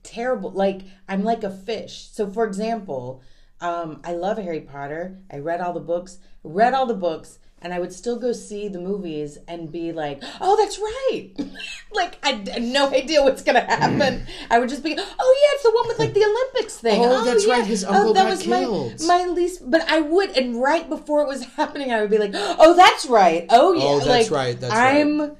Speaker 8: Terrible. Like, I'm like a fish. So, for example, um, I love Harry Potter. I read all the books, read all the books, and I would still go see the movies and be like, oh, that's right. like, I had no idea what's going to happen. I would just be, oh, yeah, it's the one with like the Olympics thing.
Speaker 7: Mm. Oh, that's right, his uncle
Speaker 8: that
Speaker 7: got
Speaker 8: was
Speaker 7: killed."
Speaker 8: My, my least, but I would, and right before it was happening, I would be like, oh, that's right. Oh, yeah.
Speaker 7: Oh, that's
Speaker 8: like,
Speaker 7: right, that's right.
Speaker 8: I'm,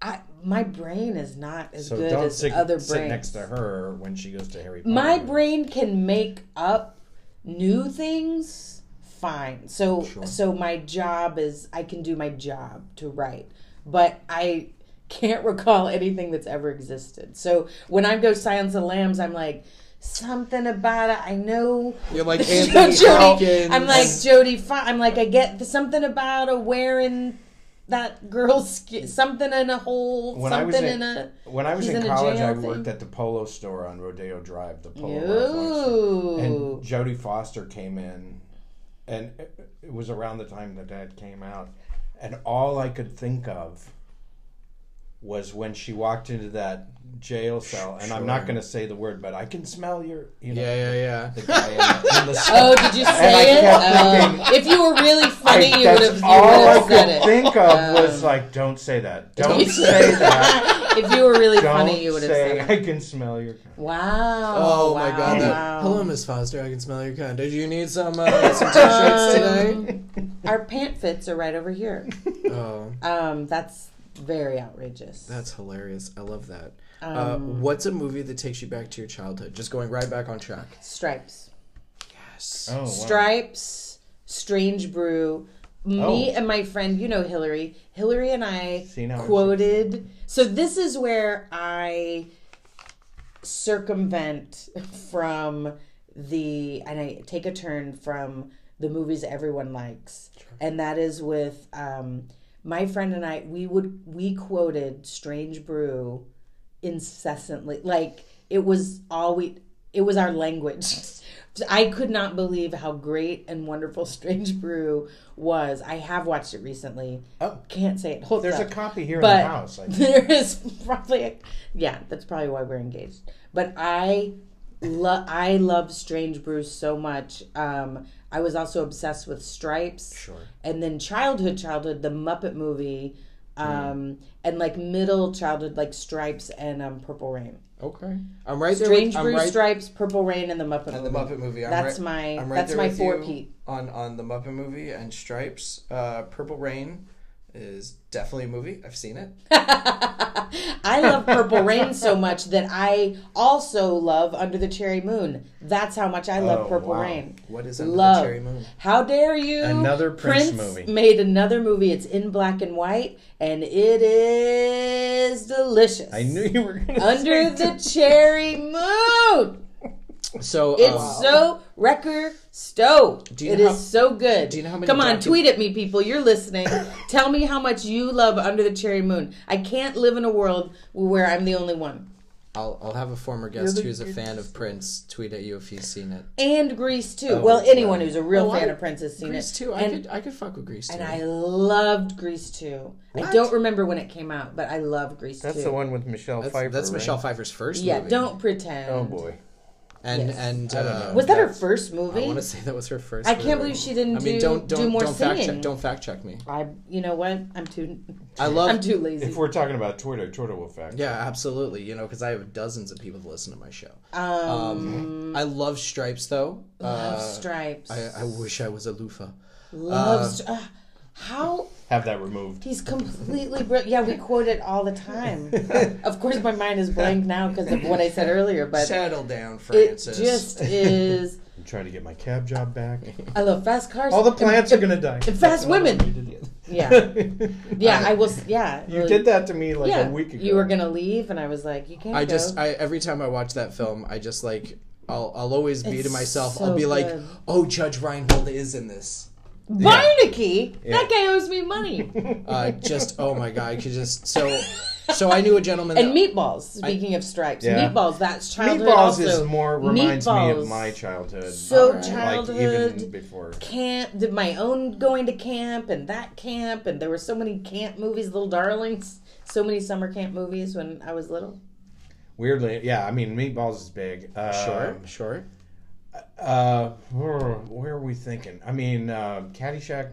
Speaker 8: I, my brain is not as
Speaker 6: So
Speaker 8: good
Speaker 6: don't
Speaker 8: as
Speaker 6: sit,
Speaker 8: other brains.
Speaker 6: sit next to her when she goes to Harry Potter.
Speaker 8: My brain can make up new things fine. So so my job is I can do my job to write, but I can't recall anything that's ever existed. So when I go Silence of the Lambs, I'm like something about it. I know
Speaker 7: You're like Anthony
Speaker 8: Jody.
Speaker 7: Hopkins.
Speaker 8: I'm like Jody. Fo- I'm like I get the, something about a wearing that girl's skin, something in a hole,
Speaker 6: When I was
Speaker 8: something
Speaker 6: in-
Speaker 8: in a.
Speaker 6: When I was
Speaker 8: He's
Speaker 6: in,
Speaker 8: in a
Speaker 6: college,
Speaker 8: jail
Speaker 6: I
Speaker 8: thing.
Speaker 6: worked at the Polo Store on Rodeo Drive. The Polo. Marathon Store.
Speaker 8: Ooh.
Speaker 6: and Jodie Foster came in, and it- it was around the time that Dad came out, and all I could think of was when she walked into that jail cell, and I'm not going to say the word, but I can smell your, you know,
Speaker 7: Yeah, yeah, yeah.
Speaker 6: the guy in the, in the cell.
Speaker 8: Oh, did you
Speaker 6: I
Speaker 8: say it?
Speaker 6: kept
Speaker 8: Oh. if you were really funny, you would have
Speaker 6: That's
Speaker 8: you
Speaker 6: all
Speaker 8: would
Speaker 6: I
Speaker 8: have said
Speaker 6: could
Speaker 8: it.
Speaker 6: think of was like, "Don't say that. Don't say that."
Speaker 8: if you were really
Speaker 6: Don't
Speaker 8: funny, you would have
Speaker 6: say
Speaker 8: said.
Speaker 6: I can smell your.
Speaker 8: it. Wow.
Speaker 7: Oh
Speaker 8: wow,
Speaker 7: my god! that-
Speaker 8: Wow.
Speaker 7: Hello, Miss Foster. I can smell your cunt. Did you need some uh, some t-shirts
Speaker 8: Um,
Speaker 7: today?
Speaker 8: Our pant fits are right over here.
Speaker 7: Oh,
Speaker 8: Um, that's very outrageous.
Speaker 7: that's hilarious. I love that. uh,
Speaker 8: um,
Speaker 7: what's a movie that takes you back to your childhood? Just going right back on track.
Speaker 8: Stripes.
Speaker 6: Oh, wow.
Speaker 8: Stripes, Strange Brew. Me
Speaker 6: Oh.
Speaker 8: and my friend, you know Hillary. Hillary and I
Speaker 6: See, now I'm
Speaker 8: quoted. So this is where I circumvent from the and I take a turn from the movies everyone likes, and that is with um, my friend and I. We would we quoted Strange Brew incessantly. Like it was all we. It was our language. I could not believe how great and wonderful Strange Brew was. I have watched it recently.
Speaker 6: Oh.
Speaker 8: can't say it. Holds
Speaker 6: There's a
Speaker 8: up.
Speaker 6: copy here
Speaker 8: But
Speaker 6: in the house. I think.
Speaker 8: there is probably a, yeah, that's probably why we're engaged. But I love I love Strange Brew so much. Um, I was also obsessed with Stripes. Sure. And then childhood, childhood, the Muppet movie,
Speaker 6: Mm.
Speaker 8: um, and like middle childhood, like Stripes and um, Purple Rain.
Speaker 7: Okay, I'm right there.
Speaker 8: Strange
Speaker 7: with, I'm
Speaker 8: Brew,
Speaker 7: right,
Speaker 8: Stripes, Purple Rain, and the Muppet
Speaker 7: and the
Speaker 8: movie.
Speaker 7: Muppet movie. I'm
Speaker 8: That's
Speaker 7: right-
Speaker 8: my-
Speaker 7: I'm right
Speaker 8: that's
Speaker 7: there
Speaker 8: my
Speaker 7: with
Speaker 8: four
Speaker 7: you
Speaker 8: peat.
Speaker 7: on on the Muppet movie and Stripes. Uh, Purple Rain is definitely a movie. I've seen it.
Speaker 8: I love Purple Rain so much that I also love Under the Cherry Moon. That's how much I love
Speaker 6: Oh,
Speaker 8: Purple
Speaker 6: wow.
Speaker 8: Rain.
Speaker 7: What is Under
Speaker 8: love.
Speaker 7: the Cherry Moon?
Speaker 8: How dare you?
Speaker 6: Another Prince movie.
Speaker 8: made another movie. It's in black and white, and it is delicious.
Speaker 6: I knew you were gonna.
Speaker 8: Under the Cherry Moon.
Speaker 7: So
Speaker 8: It's
Speaker 7: um,
Speaker 8: so record stove. It
Speaker 7: you
Speaker 8: is
Speaker 7: know how-
Speaker 8: so good.
Speaker 7: do you know how many
Speaker 8: Come on,
Speaker 7: docu-
Speaker 8: tweet at me, people. You're listening. Tell me how much you love Under the Cherry Moon. I can't live in a world where I'm the only one.
Speaker 7: I'll I'll have a former guest who's a fan of Prince tweet at you if he's seen it.
Speaker 8: and Grease too. well, anyone who's a real
Speaker 7: Oh,
Speaker 8: fan
Speaker 7: I-
Speaker 8: of Prince has seen
Speaker 7: Grease
Speaker 8: it.
Speaker 7: too. I
Speaker 8: and,
Speaker 7: could I could fuck with Grease too.
Speaker 8: and I loved Grease too. I
Speaker 7: What?
Speaker 8: don't remember when it came out, but I love Grease
Speaker 6: That's
Speaker 8: too.
Speaker 6: the one with Michelle
Speaker 7: that's,
Speaker 6: Pfeiffer.
Speaker 7: that's
Speaker 6: right?
Speaker 7: Michelle Pfeiffer's first
Speaker 8: Yeah,
Speaker 7: movie.
Speaker 8: don't pretend.
Speaker 6: Oh boy.
Speaker 7: and
Speaker 8: Yes.
Speaker 7: and
Speaker 6: don't
Speaker 7: uh,
Speaker 6: know.
Speaker 8: Was that her first
Speaker 7: I
Speaker 8: movie?
Speaker 7: want to say that was her first.
Speaker 8: I can't
Speaker 7: movie.
Speaker 8: believe she didn't
Speaker 7: I mean,
Speaker 8: do-
Speaker 7: don't
Speaker 8: do
Speaker 7: don't
Speaker 8: more
Speaker 7: don't fact check.
Speaker 8: singing.
Speaker 7: Don't fact check me.
Speaker 8: I, you know what? I'm too.
Speaker 7: I love.
Speaker 8: I'm too lazy.
Speaker 6: If we're talking about Twitter, Twitter will fact.
Speaker 7: yeah, absolutely. You know, because I have dozens of people that listen to my show. Um, I love stripes though.
Speaker 8: love
Speaker 7: Uh,
Speaker 8: stripes.
Speaker 7: I, I wish I was a loofah.
Speaker 8: love.
Speaker 6: Uh,
Speaker 8: stri- ah, how
Speaker 6: Have that removed.
Speaker 8: he's completely brilliant. Yeah, we quote it all the time. of course, my mind is blank now because of what I said earlier, but
Speaker 7: Settle down,
Speaker 8: it
Speaker 7: Francis.
Speaker 8: just is.
Speaker 6: I'm trying to get my cab job back.
Speaker 8: I love fast cars.
Speaker 6: All the plants are gonna die.
Speaker 8: fast women. Yeah. Yeah, I was. Yeah.
Speaker 6: You did that to me like
Speaker 8: yeah.
Speaker 6: a week ago.
Speaker 8: You were gonna leave, and I was like, "You can't."
Speaker 7: I
Speaker 8: go.
Speaker 7: just I every time I watch that film, I just like I'll I'll always be to
Speaker 8: It's
Speaker 7: myself.
Speaker 8: so
Speaker 7: I'll be like,
Speaker 8: good.
Speaker 7: oh, Judge Reinhold is in this.
Speaker 8: Barnacky. That guy owes me money.
Speaker 7: Uh, just oh my god, because just so so I knew a gentleman.
Speaker 8: and
Speaker 7: that-
Speaker 8: meatballs. Speaking of stripes,
Speaker 6: Yeah.
Speaker 8: meatballs. That's childhood.
Speaker 6: Meatballs
Speaker 8: also.
Speaker 6: is more reminds me
Speaker 8: Meatballs.
Speaker 6: of my childhood.
Speaker 8: So
Speaker 6: like,
Speaker 8: childhood.
Speaker 6: even before.
Speaker 8: Camp did my own going to camp and that camp and there were so many camp movies, Little Darlings, so many summer camp movies when I was little.
Speaker 6: Weirdly, yeah. I mean, meatballs is big. Uh,
Speaker 7: Sure, sure.
Speaker 6: Uh, where are we thinking? I mean, uh, Caddyshack,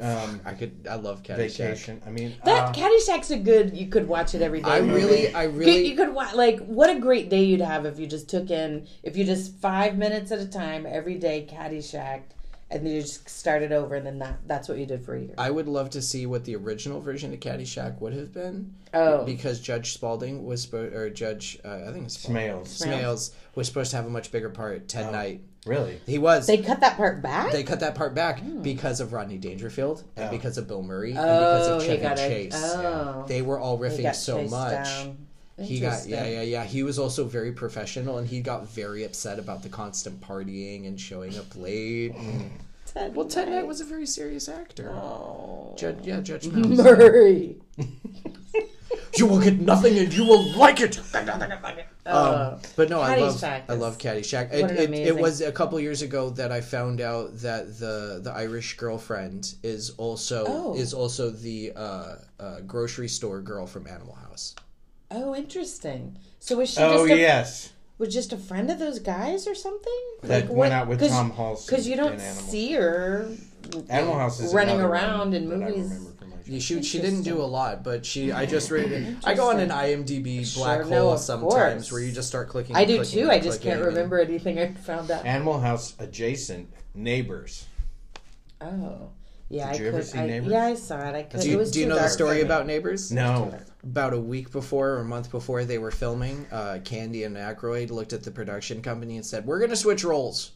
Speaker 6: um,
Speaker 7: I could. I love Caddyshack.
Speaker 6: Vacation. I mean,
Speaker 8: That
Speaker 6: uh,
Speaker 8: Caddyshack's a good. You could watch it every day.
Speaker 7: I
Speaker 8: movie.
Speaker 7: really, I
Speaker 8: You
Speaker 7: really.
Speaker 8: could- You could wa- like what a great day you'd have if you just took in if you just five minutes at a time every day Caddyshacked and then you just started over and then that that's what you did for a year.
Speaker 7: I would love to see what the original version of Caddyshack would have been.
Speaker 8: Oh.
Speaker 7: Because Judge Spalding was supposed, or Judge, uh, I think it's Spalding.
Speaker 6: Smales.
Speaker 7: Smales was supposed to have a much bigger part.
Speaker 6: Oh.
Speaker 7: Ted Knight.
Speaker 6: Really?
Speaker 7: He was.
Speaker 8: They Oh. cut that part back.
Speaker 7: They cut that part back because of Rodney Dangerfield
Speaker 6: Oh.
Speaker 7: and because of Bill Murray and because
Speaker 8: Oh,
Speaker 7: of
Speaker 8: he
Speaker 7: Chevy
Speaker 8: got a-
Speaker 7: Chase.
Speaker 8: oh.
Speaker 7: They were all
Speaker 8: He
Speaker 7: riffing
Speaker 8: got
Speaker 7: so
Speaker 8: chased
Speaker 7: much.
Speaker 8: down.
Speaker 7: He got yeah
Speaker 8: Interesting.
Speaker 7: yeah yeah. He was also very professional, and he got very upset about the constant partying and showing up late.
Speaker 8: Ted
Speaker 7: well, Ted Knight was a very serious actor.
Speaker 8: Oh.
Speaker 7: Judge, yeah, Judge Mouse.
Speaker 8: Murray.
Speaker 7: you will get nothing, and you will like it.
Speaker 8: Uh,
Speaker 7: Um, but no, I love
Speaker 8: Caddyshack
Speaker 7: I
Speaker 8: is-
Speaker 7: love Caddyshack. It,
Speaker 8: what an
Speaker 7: it, it
Speaker 8: amazing-
Speaker 7: was a couple years ago that I found out that the the Irish girlfriend is also
Speaker 8: Oh.
Speaker 7: is also the uh, uh, grocery store girl from Animal House.
Speaker 8: Oh, interesting. So was she
Speaker 6: Oh
Speaker 8: just a,
Speaker 6: yes,
Speaker 8: was just a friend of those guys or something?
Speaker 6: that went out with Tom Hulse.
Speaker 8: Because you
Speaker 6: in
Speaker 8: don't
Speaker 6: Animal.
Speaker 8: see her
Speaker 6: Animal House is
Speaker 8: running
Speaker 6: another
Speaker 8: around
Speaker 6: one
Speaker 8: in
Speaker 6: that I
Speaker 8: movies.
Speaker 6: remember from my
Speaker 7: Yeah, she she didn't do a lot, but she I just read I go on an IMDb black
Speaker 8: Sure, no,
Speaker 7: hole
Speaker 8: of
Speaker 7: sometimes
Speaker 8: course.
Speaker 7: where you just start clicking.
Speaker 8: I
Speaker 7: and
Speaker 8: do
Speaker 7: clicking
Speaker 8: too.
Speaker 7: and
Speaker 8: I just
Speaker 7: clicking
Speaker 8: can't
Speaker 7: and-
Speaker 8: remember anything I found out.
Speaker 6: Animal House adjacent neighbors.
Speaker 8: Oh, yeah.
Speaker 6: Did
Speaker 8: I
Speaker 6: you ever
Speaker 8: could,
Speaker 6: see
Speaker 8: I,
Speaker 6: Neighbors?
Speaker 8: Yeah, I saw it. I could.
Speaker 7: Do
Speaker 8: it
Speaker 7: you,
Speaker 8: was
Speaker 7: do you
Speaker 8: too
Speaker 7: know the
Speaker 8: dark.
Speaker 7: story about Neighbors?
Speaker 6: No,
Speaker 7: About a week before or a month before they were filming, uh, Candy and Aykroyd looked at the production company and said, "We're going to switch roles."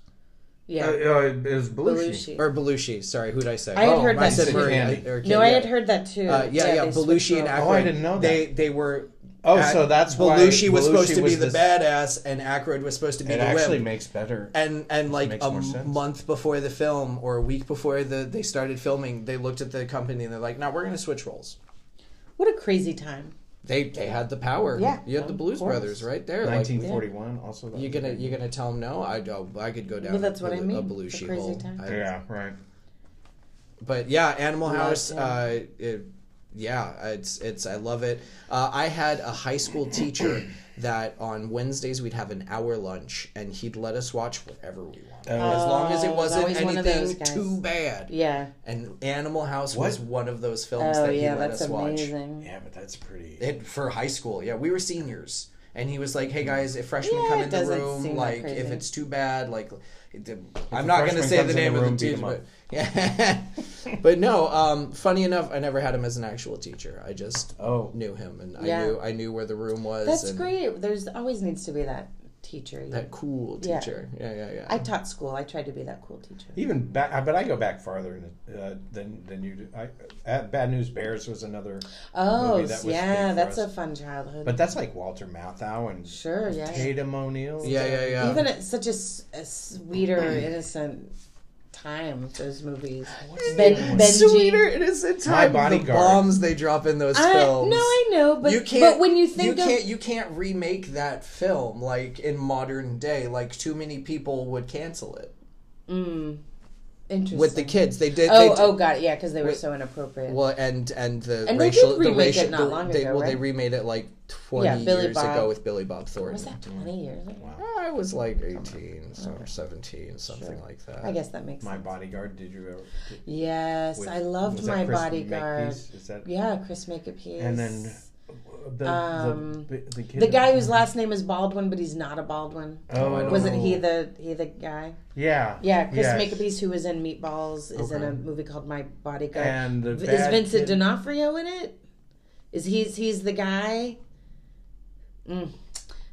Speaker 8: Yeah,
Speaker 6: Uh, it was
Speaker 8: Belushi.
Speaker 7: Or Belushi, sorry, who'd I say?
Speaker 8: I had
Speaker 7: Oh,
Speaker 8: heard
Speaker 7: I
Speaker 8: that
Speaker 7: said
Speaker 8: too.
Speaker 7: Murray.
Speaker 6: Candy.
Speaker 7: or
Speaker 8: no, I
Speaker 7: Candy,
Speaker 8: had heard that too.
Speaker 7: Uh, yeah, yeah,
Speaker 8: they
Speaker 7: Belushi
Speaker 8: switched
Speaker 7: and
Speaker 8: roles.
Speaker 7: Aykroyd.
Speaker 6: Oh, I didn't know that.
Speaker 7: They they were.
Speaker 6: Oh,
Speaker 7: Ac-
Speaker 6: so that's why
Speaker 7: Belushi was
Speaker 6: Belushi
Speaker 7: supposed to be
Speaker 6: was
Speaker 7: the
Speaker 6: this-
Speaker 7: badass, and Aykroyd was supposed to be
Speaker 6: It
Speaker 7: the
Speaker 6: actually
Speaker 7: wimp.
Speaker 6: makes better.
Speaker 7: and and like
Speaker 6: Makes
Speaker 7: a
Speaker 6: more sense.
Speaker 7: month before the film or a week before the they started filming, they looked at the company and they're like, "No, we're going to switch roles."
Speaker 8: What a crazy time.
Speaker 7: They they had the power.
Speaker 8: Yeah,
Speaker 7: you had the
Speaker 8: of
Speaker 7: Blues
Speaker 8: course.
Speaker 7: Brothers right there. Like,
Speaker 6: 1941 also. that
Speaker 7: you're
Speaker 6: was
Speaker 7: gonna
Speaker 6: big.
Speaker 7: you're gonna tell them no. I oh, I could go down.
Speaker 8: Well, that's
Speaker 7: a,
Speaker 8: what I
Speaker 7: Bel-
Speaker 8: mean,
Speaker 7: A
Speaker 8: the
Speaker 7: Belushi
Speaker 8: crazy
Speaker 7: hole.
Speaker 8: time.
Speaker 7: I-
Speaker 6: Yeah, right.
Speaker 7: but yeah, Animal House.
Speaker 8: yeah.
Speaker 7: Uh, it, yeah, it's it's. I love it. Uh, I had a high school teacher that on Wednesdays we'd have an hour lunch, and he'd let us watch whatever we wanted, as long as it
Speaker 8: Oh,
Speaker 7: wasn't
Speaker 8: always one of those
Speaker 7: anything
Speaker 8: guys.
Speaker 7: too bad.
Speaker 8: Yeah.
Speaker 7: And Animal House was one of those films
Speaker 8: Oh
Speaker 7: that he
Speaker 8: yeah,
Speaker 7: let
Speaker 8: that's
Speaker 7: us watch.
Speaker 8: amazing.
Speaker 6: Yeah, but that's pretty.
Speaker 7: It, for high school, yeah, we were seniors, and he was like, "Hey guys, if freshmen
Speaker 8: Yeah,
Speaker 7: come
Speaker 8: it
Speaker 7: in the
Speaker 8: doesn't
Speaker 7: room,
Speaker 8: seem that
Speaker 7: like if
Speaker 8: crazy.
Speaker 7: it's too bad, like it- I'm not going to
Speaker 6: freshman
Speaker 7: say
Speaker 6: comes
Speaker 7: the
Speaker 6: in
Speaker 7: name
Speaker 6: the
Speaker 7: of
Speaker 6: room,
Speaker 7: the
Speaker 6: beat
Speaker 7: teacher,
Speaker 6: 'em
Speaker 7: but
Speaker 6: up."
Speaker 7: yeah, but no. Um, funny enough, I never had him as an actual teacher. I just
Speaker 6: Oh.
Speaker 7: knew him, and I
Speaker 8: Yeah.
Speaker 7: knew I knew where the room was.
Speaker 8: That's
Speaker 7: and
Speaker 8: great. There's always needs to be that teacher.
Speaker 7: That cool
Speaker 8: Yeah.
Speaker 7: teacher. Yeah, yeah, yeah.
Speaker 8: I taught school. I tried to be that cool teacher.
Speaker 6: Even back, I- but I go back farther in, uh, than than you do. I, uh, Bad News Bears was another.
Speaker 8: Oh
Speaker 6: movie that was big
Speaker 8: yeah,
Speaker 6: for
Speaker 8: that's a
Speaker 6: us.
Speaker 8: fun childhood.
Speaker 6: But that's like Walter Matthau and
Speaker 8: sure, yeah.
Speaker 6: Tatum O'Neill.
Speaker 7: yeah, yeah,
Speaker 6: um,
Speaker 7: yeah.
Speaker 8: Even at such a, s- a sweeter, innocent time, those movies. Ben, Benji.
Speaker 7: Sweeter, it is in
Speaker 6: My
Speaker 7: time. The
Speaker 6: Bodyguard.
Speaker 7: bombs they drop in those
Speaker 8: I,
Speaker 7: films.
Speaker 8: no, I know, but
Speaker 7: you can't.
Speaker 8: but when you think
Speaker 7: you
Speaker 8: of
Speaker 7: can't, you can't remake that film like in modern day. Like too many people would cancel it
Speaker 8: interesting.
Speaker 7: with the kids. They did. they
Speaker 8: oh
Speaker 7: did-
Speaker 8: oh god yeah, because they were
Speaker 7: Wait,
Speaker 8: so inappropriate.
Speaker 7: Well, and and the
Speaker 8: And they did
Speaker 7: racial the
Speaker 8: remake it
Speaker 7: racial
Speaker 8: not
Speaker 7: the-
Speaker 8: long
Speaker 7: they,
Speaker 8: ago,
Speaker 7: Well, they
Speaker 8: right?
Speaker 7: remade it like twenty
Speaker 8: Yeah, Billy
Speaker 7: years
Speaker 8: Bob-
Speaker 7: ago with Billy Bob Thornton.
Speaker 8: was that twenty years? ago?
Speaker 7: I was like eighteen, so seventeen, something like that.
Speaker 8: I guess that makes
Speaker 6: My
Speaker 8: sense.
Speaker 6: Bodyguard. Did you ever? did-
Speaker 8: Yes,
Speaker 6: with-
Speaker 8: I loved
Speaker 6: was that
Speaker 8: my
Speaker 6: Chris
Speaker 8: bodyguard.
Speaker 6: Makepeace? Is that
Speaker 8: Yeah, Chris Makepeace.
Speaker 6: And then the
Speaker 8: Um,
Speaker 6: the, the, kid
Speaker 8: the guy
Speaker 6: who-
Speaker 8: whose last name is Baldwin, but he's not a Baldwin.
Speaker 6: Oh, I don't
Speaker 8: Wasn't he
Speaker 6: know.
Speaker 8: the he the guy?
Speaker 6: Yeah.
Speaker 8: Yeah, Chris
Speaker 6: yes.
Speaker 8: Makepeace, who was in Meatballs, is in a movie called My Bodyguard.
Speaker 6: And the
Speaker 8: V- is
Speaker 6: bad
Speaker 8: Vincent
Speaker 6: kid-
Speaker 8: D'Onofrio in it? Is he's he's the guy? Mm.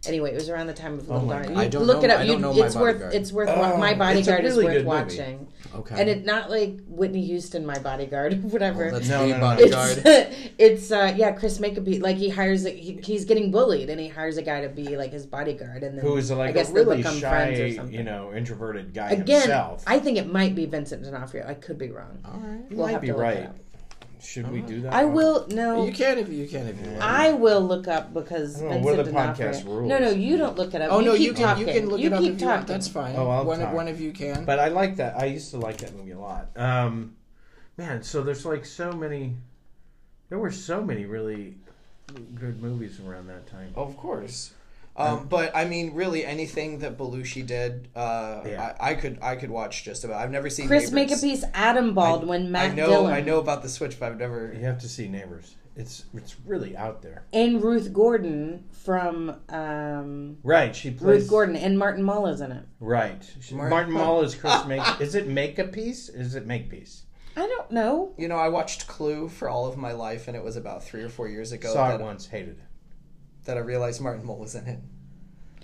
Speaker 8: Anyway, it was around the time of Little
Speaker 6: my
Speaker 8: Darling.
Speaker 6: God.
Speaker 8: You
Speaker 7: Oh I don't
Speaker 8: look
Speaker 7: know-
Speaker 8: it up.
Speaker 7: I don't
Speaker 8: You-
Speaker 7: know My
Speaker 8: it's
Speaker 7: Bodyguard.
Speaker 8: worth it's worth wa-
Speaker 6: Oh,
Speaker 8: my
Speaker 6: it's a
Speaker 8: bodyguard
Speaker 6: really
Speaker 8: is worth
Speaker 6: good movie.
Speaker 8: watching.
Speaker 7: Okay.
Speaker 8: And it's not like Whitney Houston, My Bodyguard, whatever.
Speaker 7: That's
Speaker 6: No,
Speaker 7: Oh, the
Speaker 6: no, no, no.
Speaker 7: bodyguard.
Speaker 8: It's, it's uh, yeah, Chris Makepeace. Like he hires, a, he, he's getting bullied, and he hires a guy to be like his bodyguard, and then
Speaker 6: who is
Speaker 8: I
Speaker 6: like
Speaker 8: guess
Speaker 6: a
Speaker 8: they
Speaker 6: really
Speaker 8: become friends or
Speaker 6: shy,
Speaker 8: something.
Speaker 6: you know, introverted guy
Speaker 8: Again,
Speaker 6: himself.
Speaker 8: I think it might be Vincent D'Onofrio. I could be wrong.
Speaker 7: All right.
Speaker 6: you
Speaker 8: we'll
Speaker 6: might
Speaker 8: have
Speaker 6: be
Speaker 8: to look it
Speaker 6: right.
Speaker 8: up.
Speaker 6: Should
Speaker 7: Uh-huh.
Speaker 6: we do that?
Speaker 8: I
Speaker 6: one?
Speaker 8: will no.
Speaker 7: You can if you you can if you want.
Speaker 8: I will look up because
Speaker 6: I don't know, what are
Speaker 8: Vincent
Speaker 6: the
Speaker 8: D'Onofrio.
Speaker 6: podcast rules?
Speaker 8: No, no, you don't look it up.
Speaker 7: Oh no,
Speaker 8: keep
Speaker 7: you can
Speaker 8: talking.
Speaker 7: you can look it up
Speaker 8: keep
Speaker 7: if you want.
Speaker 8: talking.
Speaker 7: That's fine.
Speaker 6: Oh, I'll
Speaker 7: one
Speaker 6: talk.
Speaker 7: one of you can.
Speaker 6: But I like that. I used to like that movie a lot. Um, man, so there's like so many. There were so many really good movies around that time.
Speaker 7: Of course. Um, but I mean, really, anything that Belushi did, uh,
Speaker 6: Yeah.
Speaker 7: I, I could I could watch just about. I've never seen
Speaker 8: Chris
Speaker 7: Neighbors.
Speaker 8: Makepeace, Adam Baldwin, Matt
Speaker 7: I know
Speaker 8: Dillon,
Speaker 7: I know about the Switch, but I've never.
Speaker 6: You have to see Neighbors. It's it's really out there.
Speaker 8: and Ruth Gordon from um,
Speaker 6: Right, she plays.
Speaker 8: Ruth Gordon, and Martin Mull is in it.
Speaker 6: Right, She-
Speaker 7: Martin-
Speaker 6: Martin Mull is Chris. Make is it Make a Piece? Is it Make Piece?
Speaker 8: I don't know.
Speaker 7: You know, I watched Clue for all of my life, and it was about three or four years ago
Speaker 6: Saw
Speaker 7: that,
Speaker 6: it once, hated it.
Speaker 7: that I realized Martin Mull was in it.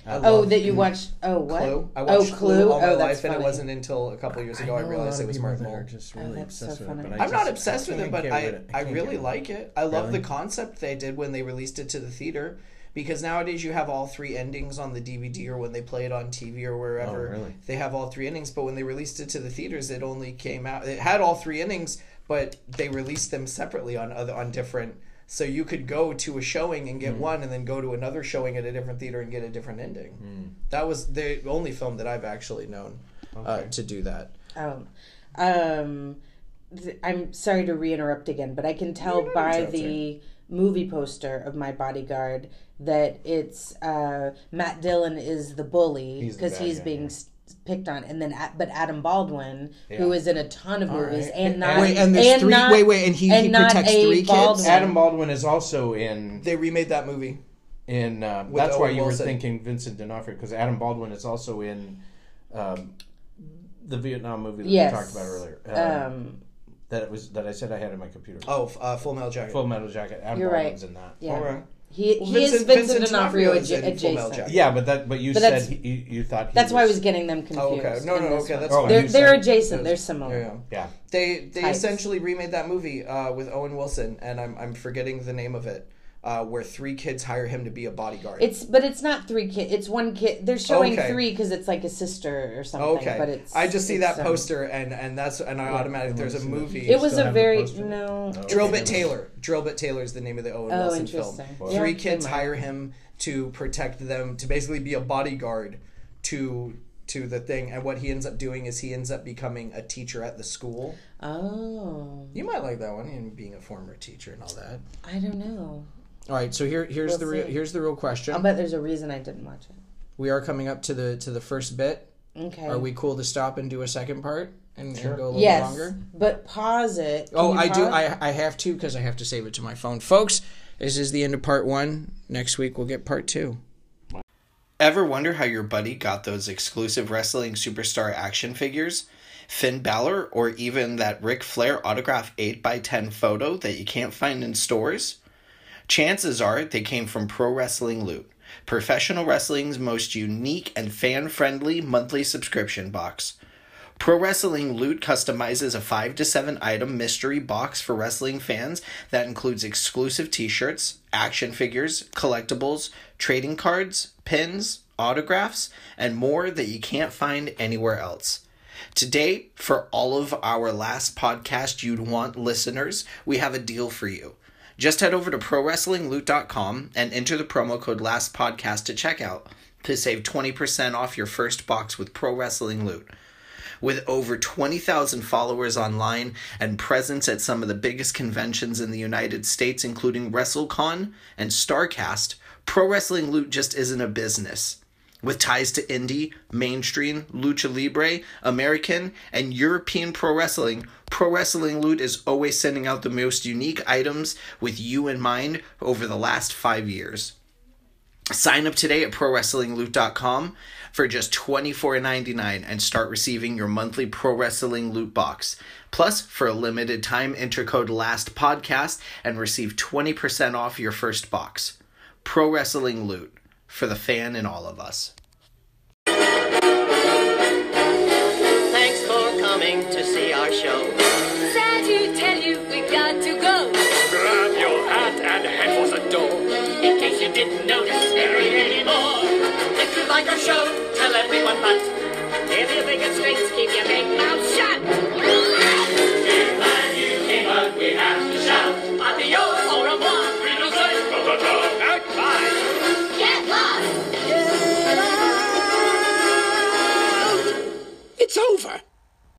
Speaker 6: Uh,
Speaker 7: I
Speaker 8: Oh,
Speaker 7: love
Speaker 8: that you watched. Oh, what?
Speaker 7: Clue. I
Speaker 8: oh,
Speaker 7: watched Clue all my
Speaker 8: oh,
Speaker 7: life,
Speaker 8: that's funny.
Speaker 7: and it wasn't until a couple years ago I,
Speaker 6: know a lot
Speaker 7: realized
Speaker 6: of
Speaker 7: it was
Speaker 6: people
Speaker 7: Martin
Speaker 6: that are
Speaker 7: Mull. Oh,
Speaker 6: Just really
Speaker 8: that's so
Speaker 6: obsessed with
Speaker 8: funny.
Speaker 6: it, but I
Speaker 7: I'm not
Speaker 6: just-
Speaker 7: obsessed with
Speaker 6: can't
Speaker 7: it, but
Speaker 6: get
Speaker 7: I,
Speaker 6: rid-
Speaker 7: I
Speaker 6: can't
Speaker 7: really
Speaker 6: get rid of
Speaker 7: like it. I love
Speaker 6: Really?
Speaker 7: the concept they did when they released it to the theater because nowadays you have all three endings on the DVD or when they play it on TV or wherever.
Speaker 6: Oh, really?
Speaker 7: They have all three endings, but when they released it to the theaters, it only came out. It had all three endings, but they released them separately on other on different. So you could go to a showing and get
Speaker 6: Hmm.
Speaker 7: one, and then go to another showing at a different theater and get a different
Speaker 6: Hmm.
Speaker 7: ending. That was the only film that I've actually known uh, to do that.
Speaker 8: Um, um, th- I'm sorry to re-interrupt again, but I can tell by the movie poster of my bodyguard that it's uh, Matt Dillon is the bully
Speaker 6: He's the
Speaker 8: because
Speaker 6: bad
Speaker 8: he's
Speaker 6: guy,
Speaker 8: being
Speaker 6: yeah.
Speaker 8: s- picked on, and then A- but Adam Baldwin, who is in a ton of movies,
Speaker 6: right.
Speaker 8: and not
Speaker 1: Wait, and there's three-
Speaker 8: not-
Speaker 1: wait, wait, and he- he
Speaker 8: not
Speaker 1: protects
Speaker 8: a
Speaker 1: three kids?
Speaker 8: Baldwin.
Speaker 6: Adam Baldwin is also in
Speaker 1: They remade that movie.
Speaker 6: in. Um,
Speaker 1: With
Speaker 6: that's why
Speaker 1: Owen
Speaker 6: you were
Speaker 1: Wilson.
Speaker 6: thinking Vincent D'Onofrio because Adam Baldwin is also in um, the Vietnam movie that
Speaker 8: Yes.
Speaker 6: we talked about earlier. Um,
Speaker 8: Um,
Speaker 6: that it was that I said I had in my computer.
Speaker 1: Oh, f- uh, Full Metal Jacket.
Speaker 6: Full Metal Jacket. Adam
Speaker 8: You're right.
Speaker 6: Baldwin's in that.
Speaker 8: yeah,
Speaker 1: All right.
Speaker 8: he,
Speaker 1: Well,
Speaker 8: he is
Speaker 1: Vincent-
Speaker 8: Vincent,
Speaker 1: Vincent
Speaker 8: D'Onofrio
Speaker 1: D'Onofrio is
Speaker 8: adja-
Speaker 1: in Full Metal
Speaker 8: adjacent.
Speaker 1: Jacket.
Speaker 6: Yeah, but that but you
Speaker 8: But
Speaker 6: said
Speaker 8: that's-
Speaker 6: he, you, you thought he
Speaker 8: That's why I was getting them confused.
Speaker 1: Oh, okay. No,
Speaker 8: in
Speaker 1: no,
Speaker 8: this
Speaker 1: okay.
Speaker 8: one.
Speaker 1: That's
Speaker 6: Oh,
Speaker 1: fine.
Speaker 8: they're
Speaker 6: you
Speaker 8: they're
Speaker 6: said-
Speaker 8: adjacent. They're
Speaker 1: Yeah,
Speaker 8: similar.
Speaker 1: yeah.
Speaker 6: yeah.
Speaker 1: They they
Speaker 8: Types.
Speaker 1: essentially remade that movie uh, with Owen Wilson, and I'm I'm forgetting the name of it, uh, where three kids hire him to be a bodyguard.
Speaker 8: It's but it's not three kid. It's one kid. They're showing
Speaker 1: Okay.
Speaker 8: three because it's like a sister or something.
Speaker 1: okay,
Speaker 8: but it's
Speaker 1: I just see
Speaker 8: it's,
Speaker 1: that
Speaker 8: um,
Speaker 1: poster, and and that's and I automatically there's a
Speaker 6: seen it.
Speaker 1: movie.
Speaker 8: It was
Speaker 9: still
Speaker 8: a
Speaker 9: have the
Speaker 8: very
Speaker 9: poster?
Speaker 8: no.
Speaker 1: Drillbit Taylor. Drillbit Taylor is the name of the Owen
Speaker 8: Oh,
Speaker 1: Wilson film.
Speaker 8: interesting.
Speaker 6: Wow.
Speaker 1: Three
Speaker 8: Yeah,
Speaker 1: kids
Speaker 8: they might.
Speaker 1: hire him to protect them, to basically be a bodyguard to to the thing. And what he ends up doing is he ends up becoming a teacher at the school.
Speaker 8: Oh,
Speaker 1: You might like that one, and being a former teacher and all that.
Speaker 8: I don't know.
Speaker 1: All right, so here here's
Speaker 8: We'll
Speaker 1: the real
Speaker 8: see.
Speaker 1: here's the real question.
Speaker 8: I'll bet there's a reason I didn't watch it.
Speaker 1: we are coming up to the to the first bit.
Speaker 8: Okay.
Speaker 1: Are we cool to stop and do a second part and, and go a little
Speaker 8: Yes,
Speaker 1: longer?
Speaker 8: but pause it. Can
Speaker 1: Oh,
Speaker 8: you
Speaker 1: I do.
Speaker 8: pause?
Speaker 1: I I have to because I have to save it to my phone, folks. This is the end of part one. Next week we'll get part two. Ever wonder how your buddy got those exclusive wrestling superstar action figures? Finn Balor, or even that Ric Flair autograph 8x10 photo that you can't find in stores? Chances are they came from Pro Wrestling Loot, professional wrestling's most unique and fan friendly monthly subscription box. Pro Wrestling Loot customizes a 5 to 7 item mystery box for wrestling fans that includes exclusive t-shirts, action figures, collectibles, trading cards, pins, autographs, and more that you can't find anywhere else. Today, for all of our last podcast you'd want listeners, we have a deal for you. Just head over to prowrestlingloot.com and enter the promo code lastpodcast to checkout to save 20% off your first box with Pro Wrestling Loot. With over 20,000 followers online and presence at some of the biggest conventions in the United States, including WrestleCon and StarCast, Pro Wrestling Loot just isn't a business. With ties to indie, mainstream, lucha libre, American, and European pro wrestling, Pro Wrestling Loot is always sending out the most unique items with you in mind over the last five years. Sign up today at ProWrestlingLoot.com for just $24.99 and start receiving your monthly Pro Wrestling Loot box. Plus, for a limited time, enter code LASTPODCAST and receive 20% off your first box. Pro Wrestling Loot, for the fan in all of us.
Speaker 10: Thanks for coming to see our show.
Speaker 11: Sad to tell you, we got to go.
Speaker 2: Grab your hat and head for the door.
Speaker 10: In case you didn't notice, there ain't any more. If you like our show, tell everyone but.